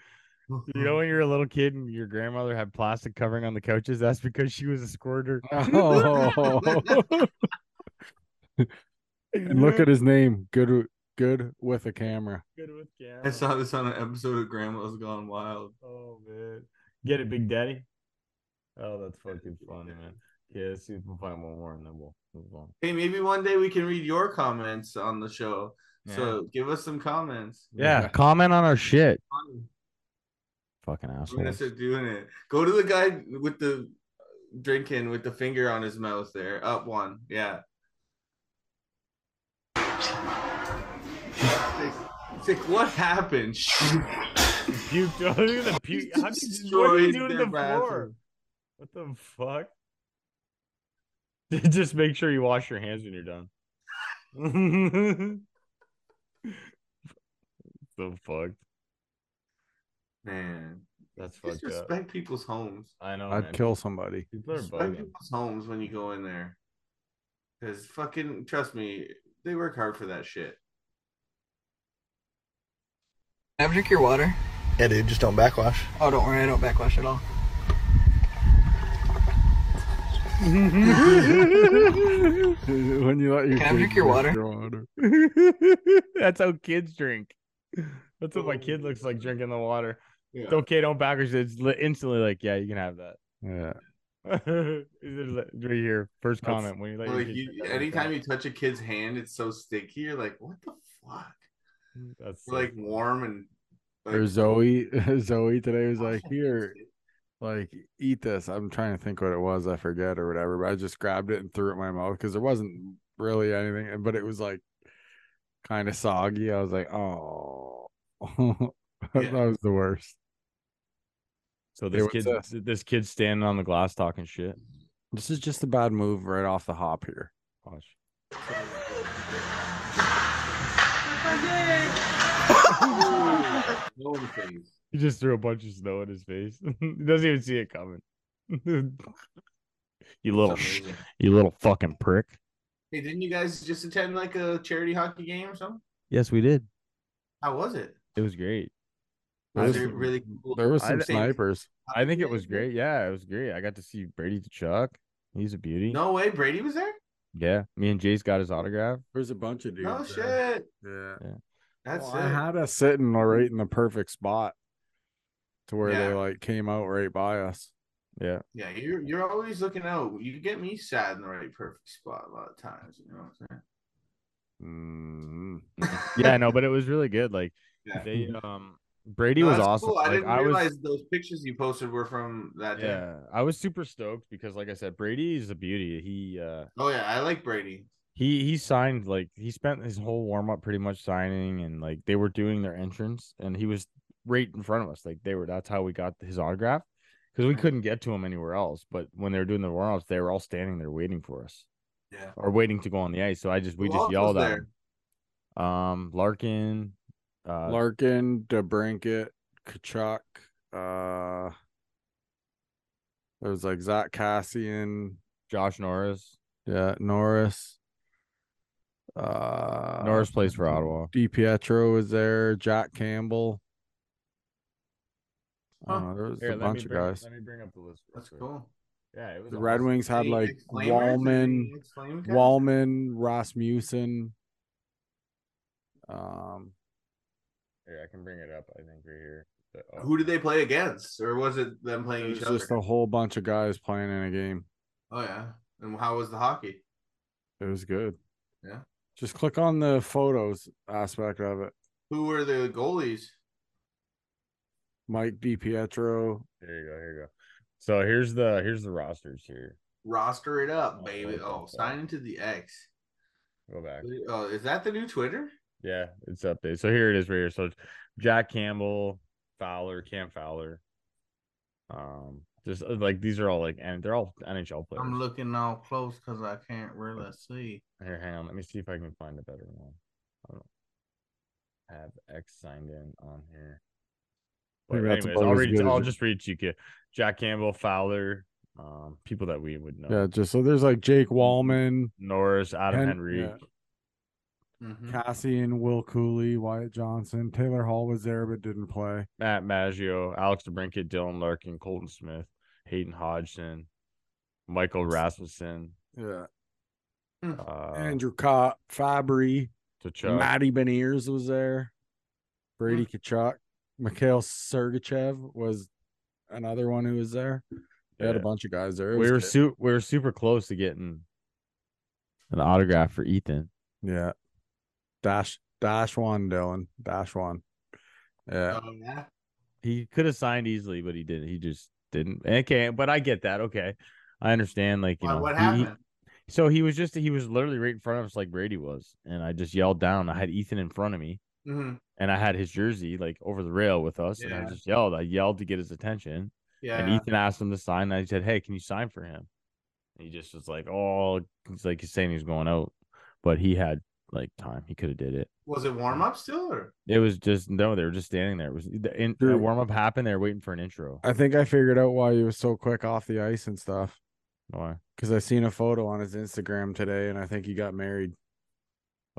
You
Hmm.
know when you were a little kid and your grandmother had plastic covering on the couches? That's because she was a squirter.
Oh. And look at his name. Good good with a camera.
Good with gas.
I saw this on an episode of Grandma's Gone Wild.
Oh man. Get it, Big Daddy. Oh, that's fucking funny, man. Yeah, let's see if we can find one more and then we'll move on.
Hey, maybe one day we can read your comments on the show. So give us some comments.
Yeah, comment on our shit.
Funny.
Fucking
I'm gonna
asshole.
start doing it. Go to the guy with the uh, drinking with the finger on his mouth there. Up one. Yeah. It's like- it's like, what happened?
Puke. Look at the puke. How do you, what are you
Destroyed
doing to
their
the floor? What the fuck? Just make sure you wash your hands when you're done. so fucked.
Man.
That's fucked
Just
up.
respect people's homes.
I know. Oh, man.
I'd kill somebody.
People are
Respect
bugging.
people's homes when you go in there. Because fucking trust me, they work hard for that shit.
Can I drink your water?
Yeah, dude, just don't backwash.
Oh, don't worry, I don't backwash at all.
when you let your
Can I drink
kid
your water?
That's how kids drink. That's what my kid looks like drinking the water.
Yeah.
It's okay, don't backwards. It's li- instantly like, yeah, you can have that.
Yeah.
Is it li- right here, first
That's-
comment when you let your
Like
kid
you,
drink that,
anytime you touch a kid's hand, it's so sticky. You're like, what the fuck?
That's
It's like warm and
Or Zoe Zoe today was like, here, like eat this. I'm trying to think what it was, I forget or whatever, but I just grabbed it and threw it in my mouth because there wasn't really anything, but it was like kind of soggy. I was like, oh that was the worst.
So
Hey,
this
what's
kid,
uh,
this?
th- this kid's standing on the glass talking shit.
This is just a bad move right off the hop here.
Watch.
no one thinks.
He just threw a bunch of snow in his face. he doesn't even see it coming. you little, sh-
amazing.
you little fucking prick.
Hey, didn't you guys just attend like a charity hockey game or something?
Yes, we did.
How was it?
It was great.
Was there really cool-
There was
I
some
think-
snipers.
I think it was great. Yeah, it was great. I got to see Brady Chuck. He's a beauty.
No way, Brady was there.
Yeah, me and Jay's got his autograph.
There's a bunch of dudes.
No
there.
shit.
Yeah.
Yeah.
That's
Oh, I
it.
had us sitting right in the perfect spot to where they
Yeah.
like came out right by us.
Yeah.
Yeah, you're you're always looking out. You get me sad in the right perfect spot a lot of times. You know what I'm saying?
Mm.
Yeah, no, but it was really good. Like
Mm-hmm. Yeah.
they, um, Brady
No,
was
that's
awesome.
cool. I
Like,
didn't
was-
realize those pictures you posted were from that day.
Yeah, I was super stoked because, like I said, Brady is a beauty. He uh
Oh yeah, I like Brady.
he he signed like he spent his whole warm up pretty much signing, and like they were doing their entrance, and he was right in front of us. Like they were that's how we got his autograph because we
Mm-hmm.
couldn't get to him anywhere else. But when they were doing the warm ups, they were all standing there waiting for us
Yeah.
or waiting to go on the ice. So I just we
Who
just
else was
yelled at
there?
him. Um, Larkin, uh,
Larkin, DeBrinket, Kachuk, uh there was like Zach Cassian,
Josh Norris.
yeah, Norris. Uh
Norris plays for Ottawa.
DiPietro was there, Jack Campbell. I don't know, there was
Here,
a
let me
bunch of
bring-
guys.
Let me bring up the list. real
That's
quick.
cool.
Yeah, it was
The Red
awesome.
Wings had
Any
like
ex-Flamers? Any
Wallman,
ex-Flame guys?
Wallman, Rasmussen. Um,
Here, I can bring it up. I think right here. The- oh,
Who did they play against, or was it them playing
there's
each other?
just a whole bunch of guys playing in a game.
Oh yeah. And how was the hockey?
It was good.
Yeah.
Just click on the photos aspect of it.
Who were the goalies?
Mike DiPietro.
There you go. Here you go. So here's the here's the rosters here.
Roster it up, baby. Oh, sign into the X.
Go back.
Oh, is that the new Twitter?
Yeah, it's up there. So here it is right here. So Jack Campbell, Fowler, Cam Fowler. Um, just uh, like these are all like and they're all NHL players.
I'm looking all close because I can't really see.
Here, hang on. Let me see if I can find a better one. I don't have X signed in on here. But
Maybe that's
anyways,
about
I'll
as
read.
good as
I'll
it-
just read to you. kid. Jack Campbell, Fowler, um, people that we would know.
Yeah, just so there's like Jake Wallman,
Norris, Adam
Hen-
Henry.
yeah.
Mm-hmm.
Cassian, Will Cooley, Wyatt Johnson. Taylor Hall was there but didn't play.
Matt Maggio, Alex DeBrinket, Dylan Larkin, Colton Smith, Hayden Hodgson, Michael Rasmussen,
Yeah.
uh,
Andrew Cott, Fabry,
Tkachuk.
Matty Beniers was there. Brady Kachuk, Mikhail Sergachev was another one who was there. They had a
Yeah.
bunch of guys there. It
We
was
were
good.
su- we were super close to getting an autograph for Ethan.
Yeah. Dash dash one, Dylan. Dash one. Yeah.
Oh, yeah.
He could have signed easily, but he didn't. He just didn't. Okay, but I get that. Okay, I understand. Like you
Why,
know,
what
he- he-
happened?
so he was just he was literally right in front of us, like Brady was, and I just yelled down. I had Ethan in front of me,
Mhm.
and I had his jersey like over the rail with us, and
Yeah.
I just yelled. I yelled to get his attention. And
Yeah.
Ethan asked him to sign. And I said, "Hey, can you sign for him?" And he just was like, "Oh, he's like he's saying he's going out, but he had like time. He could have did it.
Was it warm up still or?
It was just no. They were just standing there. It was the, in, the
Dude.
warm up happened. they were waiting for an intro.
I think I figured out why he was so quick off the ice and stuff.
Why?
Because I seen a photo on his Instagram today and I think he got married.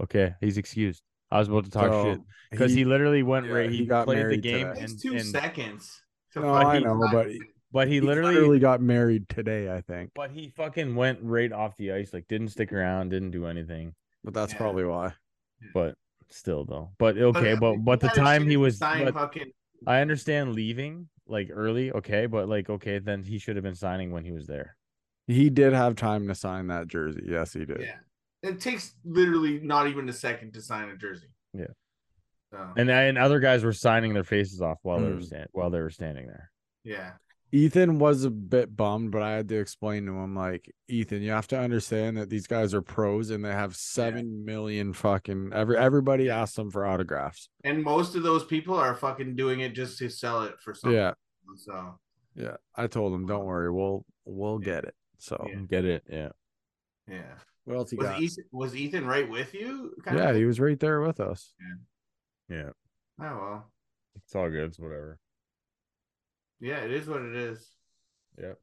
Okay, he's excused. I was about to talk
So,
shit because he,
he-
literally went
yeah,
right. He,
he got
played the
married
game
today.
It's
and,
two
and-
seconds. to
No,
fucking
I know,
sign.
but
but he literally,
literally got married today, I think.
but he fucking went right off the ice. Like didn't stick around. Didn't do anything.
But that's
Yeah.
probably why.
But still though. But okay. But but the
That is
time he
shit.
was.
Sign
but-
fucking
I understand leaving like early, okay, but like okay, then he should have been signing when he was there.
He did have time to sign that jersey. Yes, he did.
yeah. It takes literally not even a second to sign a jersey.
Yeah.
So,
And and other guys were signing their faces off while they were
Mm.
stand, while they were standing there.
yeah.
Ethan was a bit bummed, but I had to explain to him like, Ethan, you have to understand that these guys are pros and they have seven million fucking every everybody asks them for autographs.
And most of those people are fucking doing it just to sell it for
Oh.
something.
Yeah.
So
Yeah. I told him, don't worry, we'll we'll get it. So
Yeah.
Get it? Yeah.
yeah.
what else he
Was
got?
Ethan, was Ethan right with you? kind of
yeah,
thing?
he was right there with us.
Yeah.
Oh well.
It's all good. It's whatever.
Yeah, it is what it is.
Yep.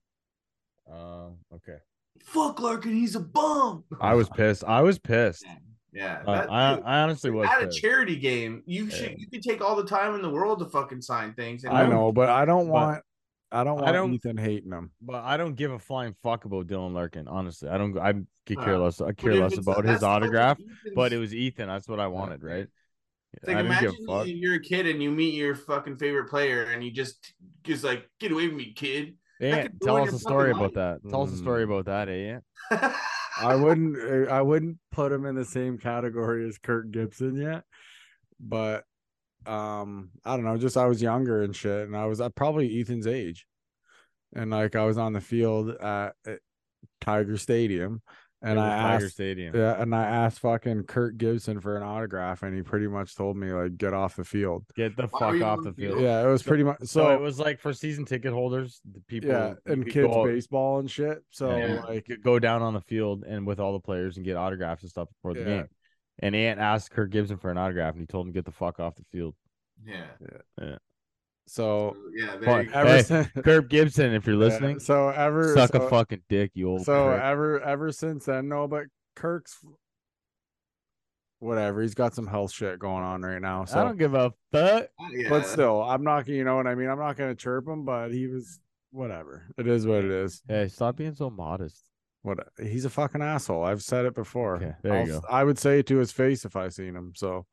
Um, okay.
Fuck Larkin, he's a bum.
I was pissed. I was pissed.
Yeah.
Uh,
that-
I
dude,
I honestly was
at a
pissed.
charity game, you should you could take all the time in the world to fucking sign things.
I know, but I don't
but-
want I don't
I
want
don't-
Ethan hating him.
But I don't give a flying fuck about Dylan Larkin, honestly. I don't I could
Uh,
care less I
But
care
if
less
it's-
about
that's
his
fucking
autograph,
Ethan's-
but it was Ethan. That's what I wanted, right?
It's like
I didn't give
imagine
a fuck.
you're a kid and you meet your fucking favorite player and you just is like, get away from me, kid. That
Aunt,
could
tell
ruin
us
your
a story
fucking
about that. Tell us a story about that, eh? Aunt?
I wouldn't uh, I wouldn't put him in the same category as Kirk Gibson yet, but um I don't know, just I was younger and shit and I was uh, probably Ethan's age. And like I was on the field at, at Tiger Stadium and
It
I
was Tiger
asked
Stadium.
yeah, and I asked fucking Kirk Gibson for an autograph and he pretty much told me like get off the field.
Get the
Why
fuck
were you
off
on
the
the field?
field.
Yeah, it was pretty much
So,
so
it was like for season ticket holders, the people
yeah,
you
and
could go
kids
out-
baseball and shit. So
Yeah.
like
could go down on the field and with all the players and get autographs and stuff before the
Yeah.
game. And Ant asked Kirk Gibson for an autograph, and he told him to get the fuck off the field.
Yeah.
so
Yeah. There
But,
you go.
ever
hey,
since-
Kirk Gibson, if you're
Yeah,
listening,
so ever
suck
so-
a fucking dick, you old.
So
prick.
ever ever since then, no, but Kirk's whatever. He's got some health shit going on right now. So,
I don't give a fuck.
Uh, Yeah.
but still, I'm not. You know what I mean? I'm not gonna chirp him, but he was whatever. It is what it is.
Hey, stop being so modest.
What he's a fucking asshole. I've said it before.
Okay, there you
I'll-
go.
I would say it to his face if I seen him. So,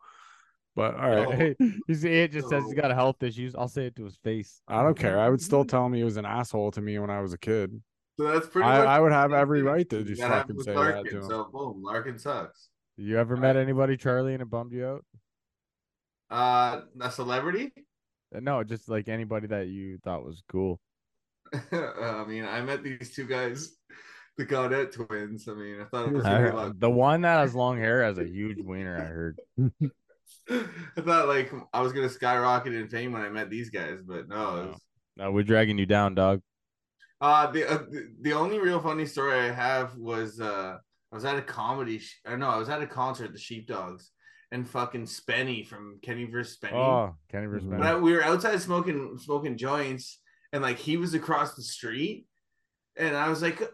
but all right,
Hey, he's, Ant just says he's got health issues. I'll say it to his face.
I don't care. I would still tell him he was an asshole to me when I was a kid.
So that's pretty
I,
much
I would have
the same
every
thing
right to
that
just
happened
fucking
with
say
Larkin,
that to him.
So boom, Larkin sucks.
You ever met anybody, Charlie, and it bummed you out?
Uh, a celebrity?
Uh, No, just like anybody that you thought was cool.
I mean, I met these two guys, the Gaudet twins. I mean, I thought it was
I
very
heard-
lucky.
the one that has long hair has a huge wiener. I heard.
I thought like I was gonna skyrocket in fame when I met these guys, but no. It was,
No, Uh, we're dragging you down, dog.
uh, the uh, the- the only real funny story I have was uh, I was at a comedy. Sh- or no, I was at a concert, the Sheepdogs, and fucking Spenny from Kenny vs. Spenny. Mm-hmm.
Oh, Kenny versus
But
Benny.
I- we were outside smoking smoking joints, and like he was across the street, and I was like, I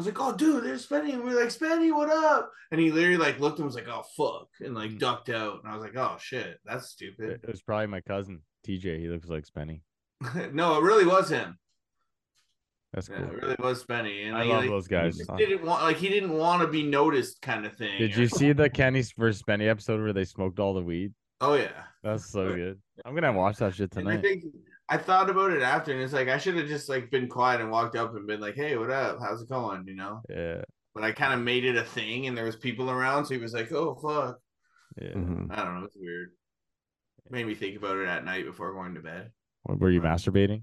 was like, oh dude, there's Spenny. And we are like, Spenny, what up? And he literally like looked and was like, oh fuck, and like ducked out. And I was like, oh shit, that's stupid.
It was probably my cousin TJ. He looks like Spenny.
no, it really was him.
That's
Yeah,
cool.
it really was Spenny. And
I
like,
love
like,
those guys. Uh,
He just didn't want like he didn't want to be noticed, kind of thing.
Did you see the Kenny versus Benny episode where they smoked all the weed?
Oh yeah.
That's so good. I'm gonna watch that shit
And I
tonight.
think I thought about it after, and it's like I should have just like been quiet and walked up and been like, "Hey, what up? How's it going?" You know.
Yeah.
But I kind of made it a thing, and there was people around, so he was like, "Oh fuck."
Yeah.
I don't know. It's weird. Made me think about it at night before going to bed.
What, were you masturbating?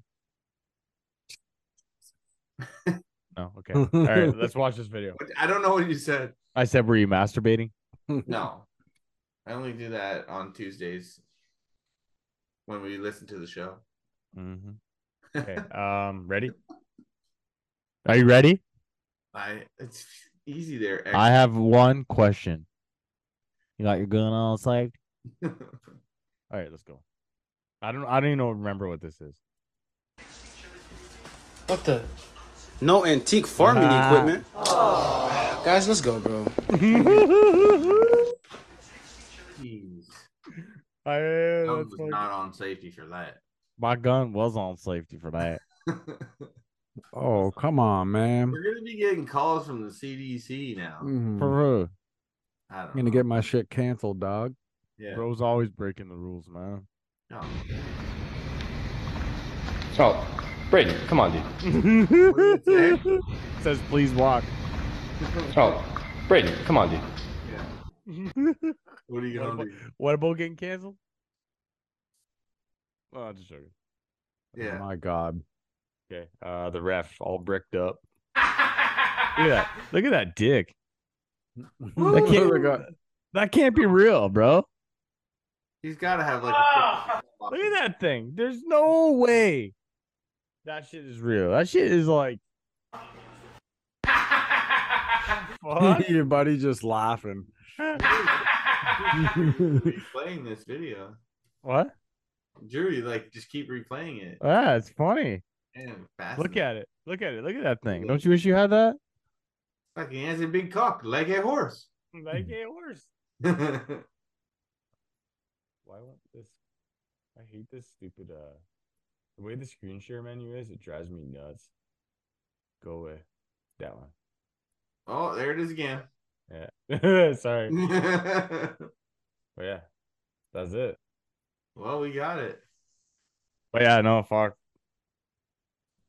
no. Okay. All right. Let's watch this video.
But I don't know what you said.
I said, were you masturbating?
No, I only do that on Tuesdays when we listen to the show.
Mm-hmm. Okay. Um. Ready? Are you ready?
I it's easy there.
I have one question. You got your gun all psyched? all right, let's go. I don't. I don't even know- remember what this is.
What the? No antique farming
Ah.
equipment. Guys, let's go, bro.
Jeez.
I
That
that's
was
fucking-
not on safety for that.
My gun was on safety for that.
Oh, come on, man.
We're gonna be getting calls from the CDC now.
Mhm.
For real.
I don't
I'm gonna get my shit canceled, dog.
Yeah.
Bro's always breaking the rules, man.
No.
Oh, Braden, come on, dude.
Says please walk.
Oh, Braden, come on, dude.
What are you
What
gonna
about,
do?
what about getting canceled? Oh, just joking.
Yeah.
my God.
Okay. Uh, the ref all bricked up. Look at that. Look at that dick. That can't, that can't be real, bro.
He's gotta have like.
Ah! Look at that thing. There's no way that shit is real. That shit is like. Fuck.
Your buddy just laughing.
replaying this video.
What?
Jury, like, just keep replaying
Uh,
it.
Ah, it's funny.
Damn,
Look
fascinating.
at it. Look at it. Look at that thing. Don't you wish you had that?
Fuck, he has a big cock, like a horse. Oh,
Like a horse.
Why
won't this? I hate this stupid. uh The way the screen share menu is, it drives me nuts. Go away. That one.
Oh, there it is again.
Yeah. Sorry.
well,
But yeah, that's it.
we got it.
But yeah, no, fuck.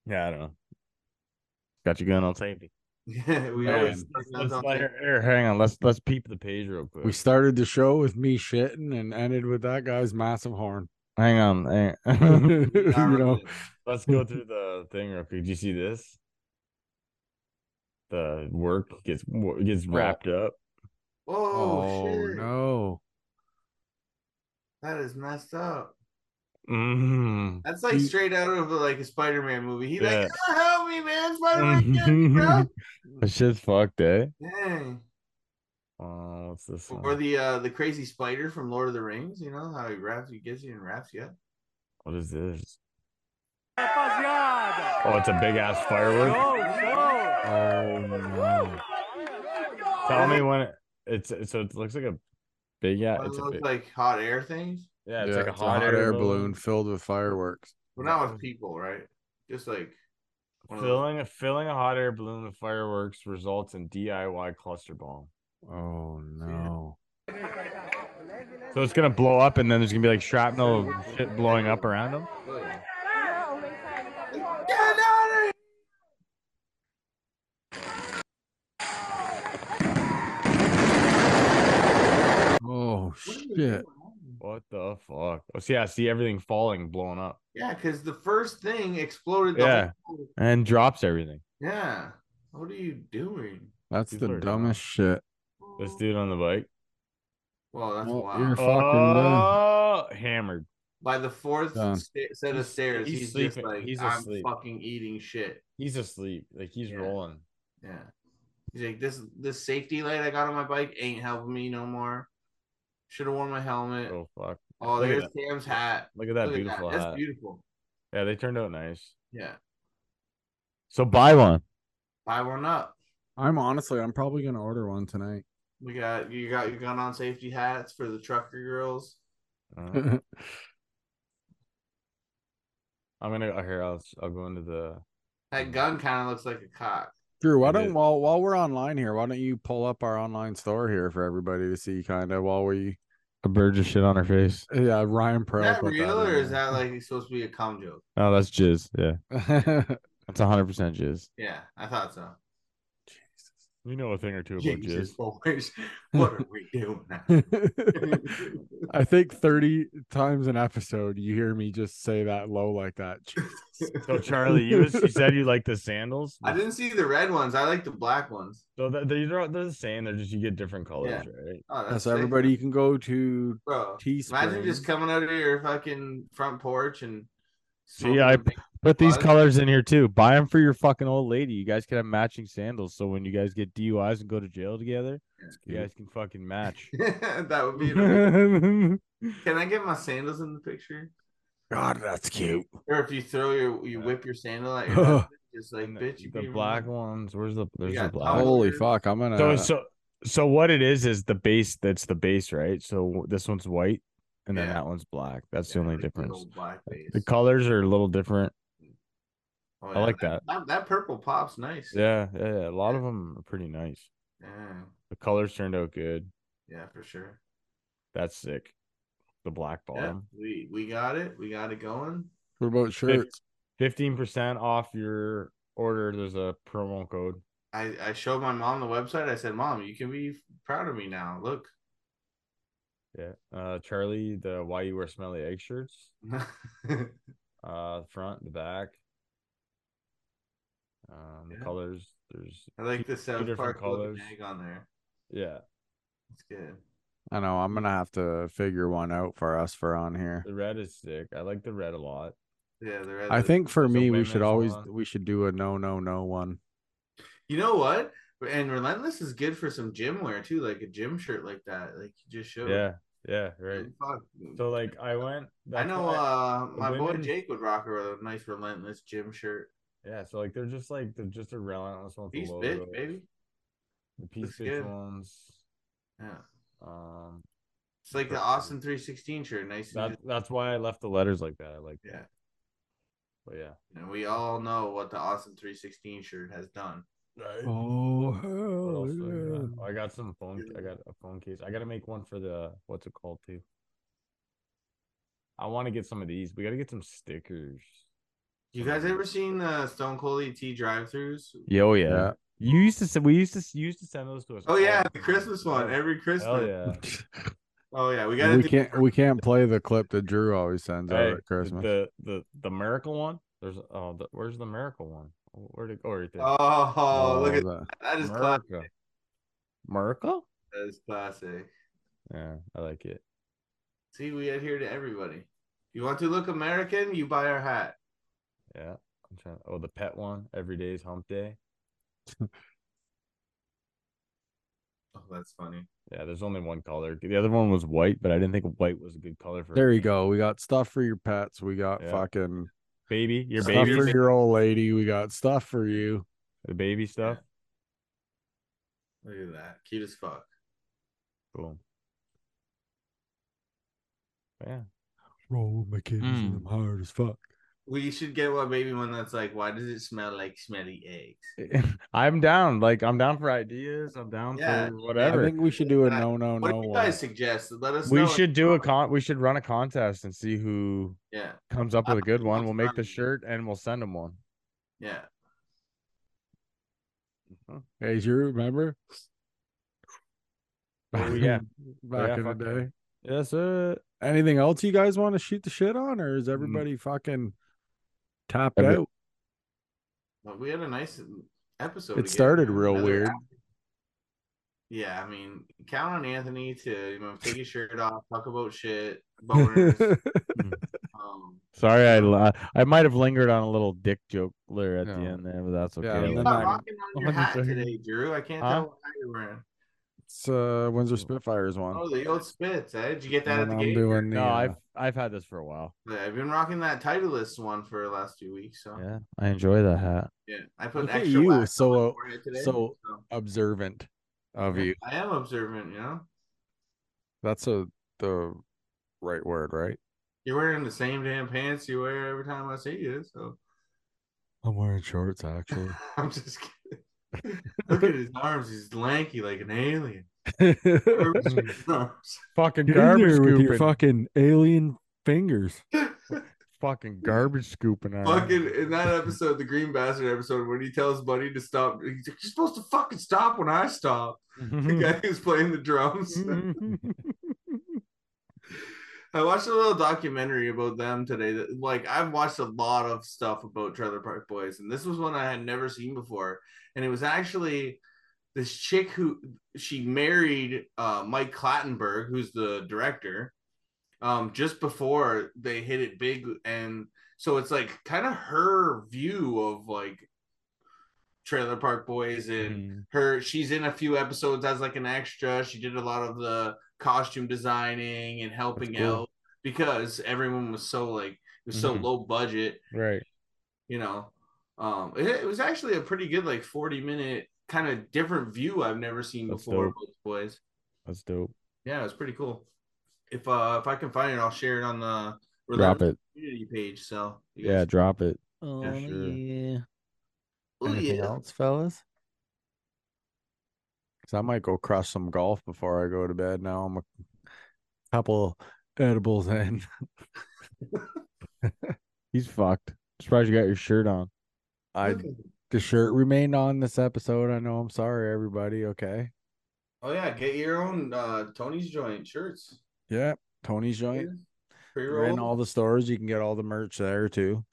Yeah, I don't know. Got your gun on safety.
Yeah, we
All
always
right, let's- let's let her- here, hang on. Let's let's peep the page real quick.
We started the show with me shitting and ended with that guy's massive horn.
hang on. hang on.
you know,
let's go through the thing real quick. Do you see this? The work gets wo- gets wrapped up.
Oh, shit.
no.
That is messed up.
Mm.
That's like straight out of like a Spider-Man movie. He like,
Yeah.
"Ah, help me, man, Spider-Man, get me, bro."
That shit's fucked, eh?
Dang.
Oh, what's this?
Or
One?
the uh the crazy spider from Lord of the Rings, you know, how he wraps he gets you and wraps you up.
What is this? Oh, it's a big ass firework. Oh no! Tell me when it, it's it- so it looks like a big yeah.
One of
It's a
those
big,
like hot air things.
yeah. It's like a hot, air, balloon.
filled with fireworks.
Well not with people, right? Just like one of those-
Filling a filling a hot air balloon with fireworks results in DIY cluster bomb.
Oh no!
So it's gonna blow up, and then there's gonna be like shrapnel of shit blowing up around them.
Oh shit!
What the fuck? Oh, see, I see everything falling, blowing up.
Yeah, because the first thing exploded. The
Yeah,
whole-
and drops everything.
yeah. What are you doing?
That's
People
the
are
dumbest shit.
This dude on the bike.
Well, that's
Well,
wild.
you're fucking
Oh, hammered.
By the fourth
Done.
sta- set of
He's-
stairs,
he's
he's, just
sleeping.
like,
He's
I'm
asleep.
fucking eating shit.
He's asleep. Like he's rolling.
Yeah. He's like, this this safety light I got on my bike ain't helping me no more. Should have worn my helmet.
Oh fuck.
Oh,
Look at
there's
that.
Cam's hat.
Look at that beautiful hat.
That's beautiful.
Yeah, they turned out nice.
Yeah.
So buy one.
Buy one up.
I'm honestly, I'm probably gonna order one tonight.
We got you got your gun on safety hats for the trucker girls.
Uh, I'm gonna go here. I'll I'll go into the.
That gun kind of looks like a cock.
Drew, why
It
don't
is.
while while we're online here, why don't you pull up our online store here for everybody to see, kind of while we
A bird just shit on her face.
yeah Ryan
Is
Pearl.
that
put
real
in
or is that like supposed to be a cum joke?
No, that's jizz. Yeah,
there.
that's 100 percent jizz.
Yeah, I thought so.
You know a thing or two about
Jesus,
jizz.
boys, what are we doing?
I think 30 times an episode you hear me just say that low like that.
So Charlie, you, was, you said you like the sandals.
I didn't see the red ones. I like the black ones.
So th- they're they're the same. They're just you get different colors, right?
Oh,
That's
sick.
everybody. You can go to
Bro, imagine
Teespring.
just coming out of your fucking front porch and
See, I p- put these
bud.
colors in here too. Buy them for your fucking old lady. You guys can have matching sandals. So when you guys get DUIs and go to jail together, you guys can fucking match.
that would be. Can I get my sandals in the picture?
God, that's cute.
Or if you throw your, you whip your sandal at your
Ugh.
husband, just like bitch, you
Uh, the
be
black ones. Where's the there's the
got
black? Uh,
towels.
Holy fuck. I'm gonna.
So so so what it is is the base. That's the base, right? So this one's white, and then
Yeah.
that one's black. That's the only difference.
little black face.
The colors are a little different.
Oh,
I
yeah,
like that.
that. That purple pop's nice.
Yeah, yeah, yeah. A lot of them are pretty nice.
Yeah,
The colors turned out good.
yeah, for sure.
That's sick. The black
Yeah,
bottom.
we we got it. We got it going.
what about shirts?
Fifteen percent off your order. There's a promo code.
I I showed my mom the website. I said, "Mom, you can be proud of me now. Look."
Yeah. Uh, Charlie, the why you wear smelly egg shirts. Uh, the front, the back. Um, the
Yeah.
colors. There's
I like
two-
the
two
South
different
Park looking egg on there.
Yeah,
It's good.
I know. I'm gonna have to figure one out for us for on here.
the red is sick. I like the red a lot.
Yeah, the red.
I
lip-
think for
there's a
me, we should
women's
always
one.
we should do a no no no one.
you know what, and relentless is good for some gym wear too, like a gym shirt like that, like you just showed.
Yeah, yeah, right.
Fuck.
So like, I went.
I
that's
know
why-
uh,
the
my boy
women-
Jake would rock a nice relentless gym shirt.
Yeah, so like they're just like they're just a relentless one. with the
He's big,
logos,
baby.
The piece
Looks
bitch
good.
ones.
Yeah,
Um,
it's like the Austin three sixteen shirt, nice. And
that that's why I left the letters like that. I like
Yeah.
that. But yeah.
And we all know what the Austin 316 shirt has done.
Oh
What
hell
else do I, got? Oh, I got some phone. I got a phone case. I got to make one for the what's it called too. I want to get some of these. We got to get some stickers.
You guys ever seen the Stone Cold ET drive-throughs?
Yo,
yeah. Yeah.
You used to send. We used to s- you used to send those to us.
Oh
all
yeah,
the
the
time.
Christmas one every
Hell
Christmas.
yeah.
Oh yeah, we gotta
we
do-
can't we can't play the clip that Drew always sends
Hey,
out at Christmas.
The, the the miracle one. There's oh the, where's the miracle one? Where did go right there?
Oh, look at
the-
that is classic.
America. America?
That is classic.
Yeah, I like it.
See, we adhere to everybody. You want to look American? You buy our hat.
Yeah, I'm trying. Oh, the pet one. Every day is hump day.
Oh, that's funny.
Yeah, there's only one color. The other one was white, but I didn't think white was a good color for
There you go. We got stuff for your pets. We got
Yeah.
fucking
baby. Your
stuff
baby,
for your old lady. We got stuff for you.
the baby stuff.
Look at that, cute as fuck.
Boom. But yeah,
Roll my kids
Mm.
them hard as fuck.
We should get one baby one that's like, why does it smell like smelly eggs?
I'm down. Like I'm down for ideas. I'm down
Yeah,
for
I
whatever.
think we should do a
Uh,
no no
What
no
do you
one.
guys suggest? Let us. know
We
in the
should do a
comments.
con. We should run a contest and see who
Yeah,
comes up with a good one.
I'm
We'll make the
fine.
shirt and we'll send them one.
yeah.
Hey, do you remember?
Oh, yeah.
back
Yeah,
in the
fuck yeah.
day. Yes, sir. Anything else you guys want to shoot the shit on, or is everybody fucking tapped
Mm. Every-
out?
But we had a nice episode.
It
to get
started
through.
real
Another-
weird.
Yeah, I mean, count on Anthony to you know take his shirt off, talk about shit, boners. um,
Sorry, I li- I might have lingered on a little dick joke there at the
No.
end there, but that's okay.
Yeah, and
you're
then
not
I-
rocking on your hat today, Drew. I can't
Huh?
tell what hat you're wearing.
It's uh Windsor Spitfires one.
Oh, the old Spitz. Eh? Did you get that at
And
the
I'm
gate?
doing the,
no,
uh,
I've I've had this for a while.
Yeah, I've been rocking that Titleist one for the last few weeks. So
Yeah, I enjoy that hat.
Yeah, I put
Look at
extra
you,
wax on my
so uh,
forehead today,
so
so-
observant of you.
I am observant. You know,
That's a the right word, right?
you're wearing the same damn pants you wear every time I see you. So
I'm wearing shorts actually.
I'm just kidding. Look at his arms. He's lanky like an alien. His arms.
Fucking
Get in there
garbage
with your
scooping.
fucking alien fingers.
fucking garbage scooping. all right.
Fucking in that episode, the Green Bastard episode, when he tells Buddy to stop, he's like, You're supposed to fucking stop when I stop.
Mm.
The guy who's playing the drums. I watched a little documentary about them today. That, like I've watched a lot of stuff about Trailer Park Boys, and this was one I had never seen before. And it was actually this chick who she married uh, Mike Clattenburg, who's the director, um, just before they hit it big, and so it's like kind of her view of like Trailer Park Boys
Mm-hmm.
and
Mm,
her she's in a few episodes as like an extra. She did a lot of the costume designing and helping
cool.
out because everyone was so like it was so
Mm-hmm.
Mhm.
low budget,
Right.
you know. Um it, it was actually a pretty good like 40 minute kind of different view I've never seen
That's
before
dope.
about the boys.
That's dope.
Yeah, it was pretty cool. If uh if I can find it, I'll share it on the
Drop
Relentless
it.
community page. So you
Yeah,
guys-
drop it.
Oh,
yeah.
Oh,
Anything
yeah.
else, fellas? Cause I might go crush some golf before I go to bed. Now I'm a couple edibles in.
He's fucked. Surprised you got your shirt on.
I the shirt remained on this episode. I know. I'm sorry, everybody. Okay.
Oh yeah, get your own uh Tony's joint shirts.
Yeah, Tony's joint. We're in
Pre-roll.
all the stores. You can get all the merch there too.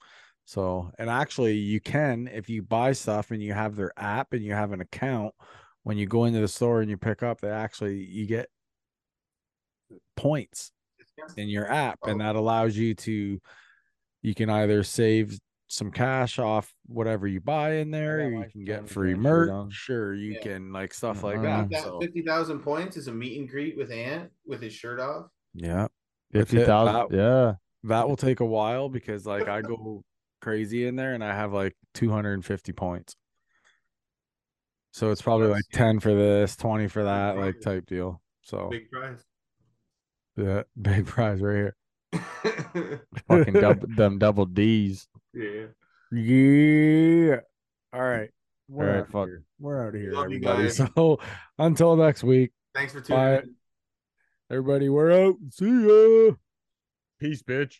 So, and actually, you can if you buy stuff and you have their app and you have an account. When you go into the store and you pick up, they actually you get points in your app, and that allows you to. You can either save some cash off whatever you buy in there, or you can get free merch. Sure, you can like stuff like that.
Got that
Um, So,
fifty thousand points is a meet and greet with Ant with his shirt off.
yeah, That's it.
50,000.
That-
Yeah.
that will take a while because like I go crazy in there and I have like 250 points. So it's probably like 10 for this, 20 for that, like type deal. So
Big prize.
yeah, big prize right here.
Fucking double, them double D's.
Yeah.
Yeah. All right.
All
We're
right,
out
fuck.
here. We're out of here,
Love you
everybody.
guys.
So until next week.
Thanks for tuning
Bye.
in.
Everybody, we're out. See ya.
Peace, bitch.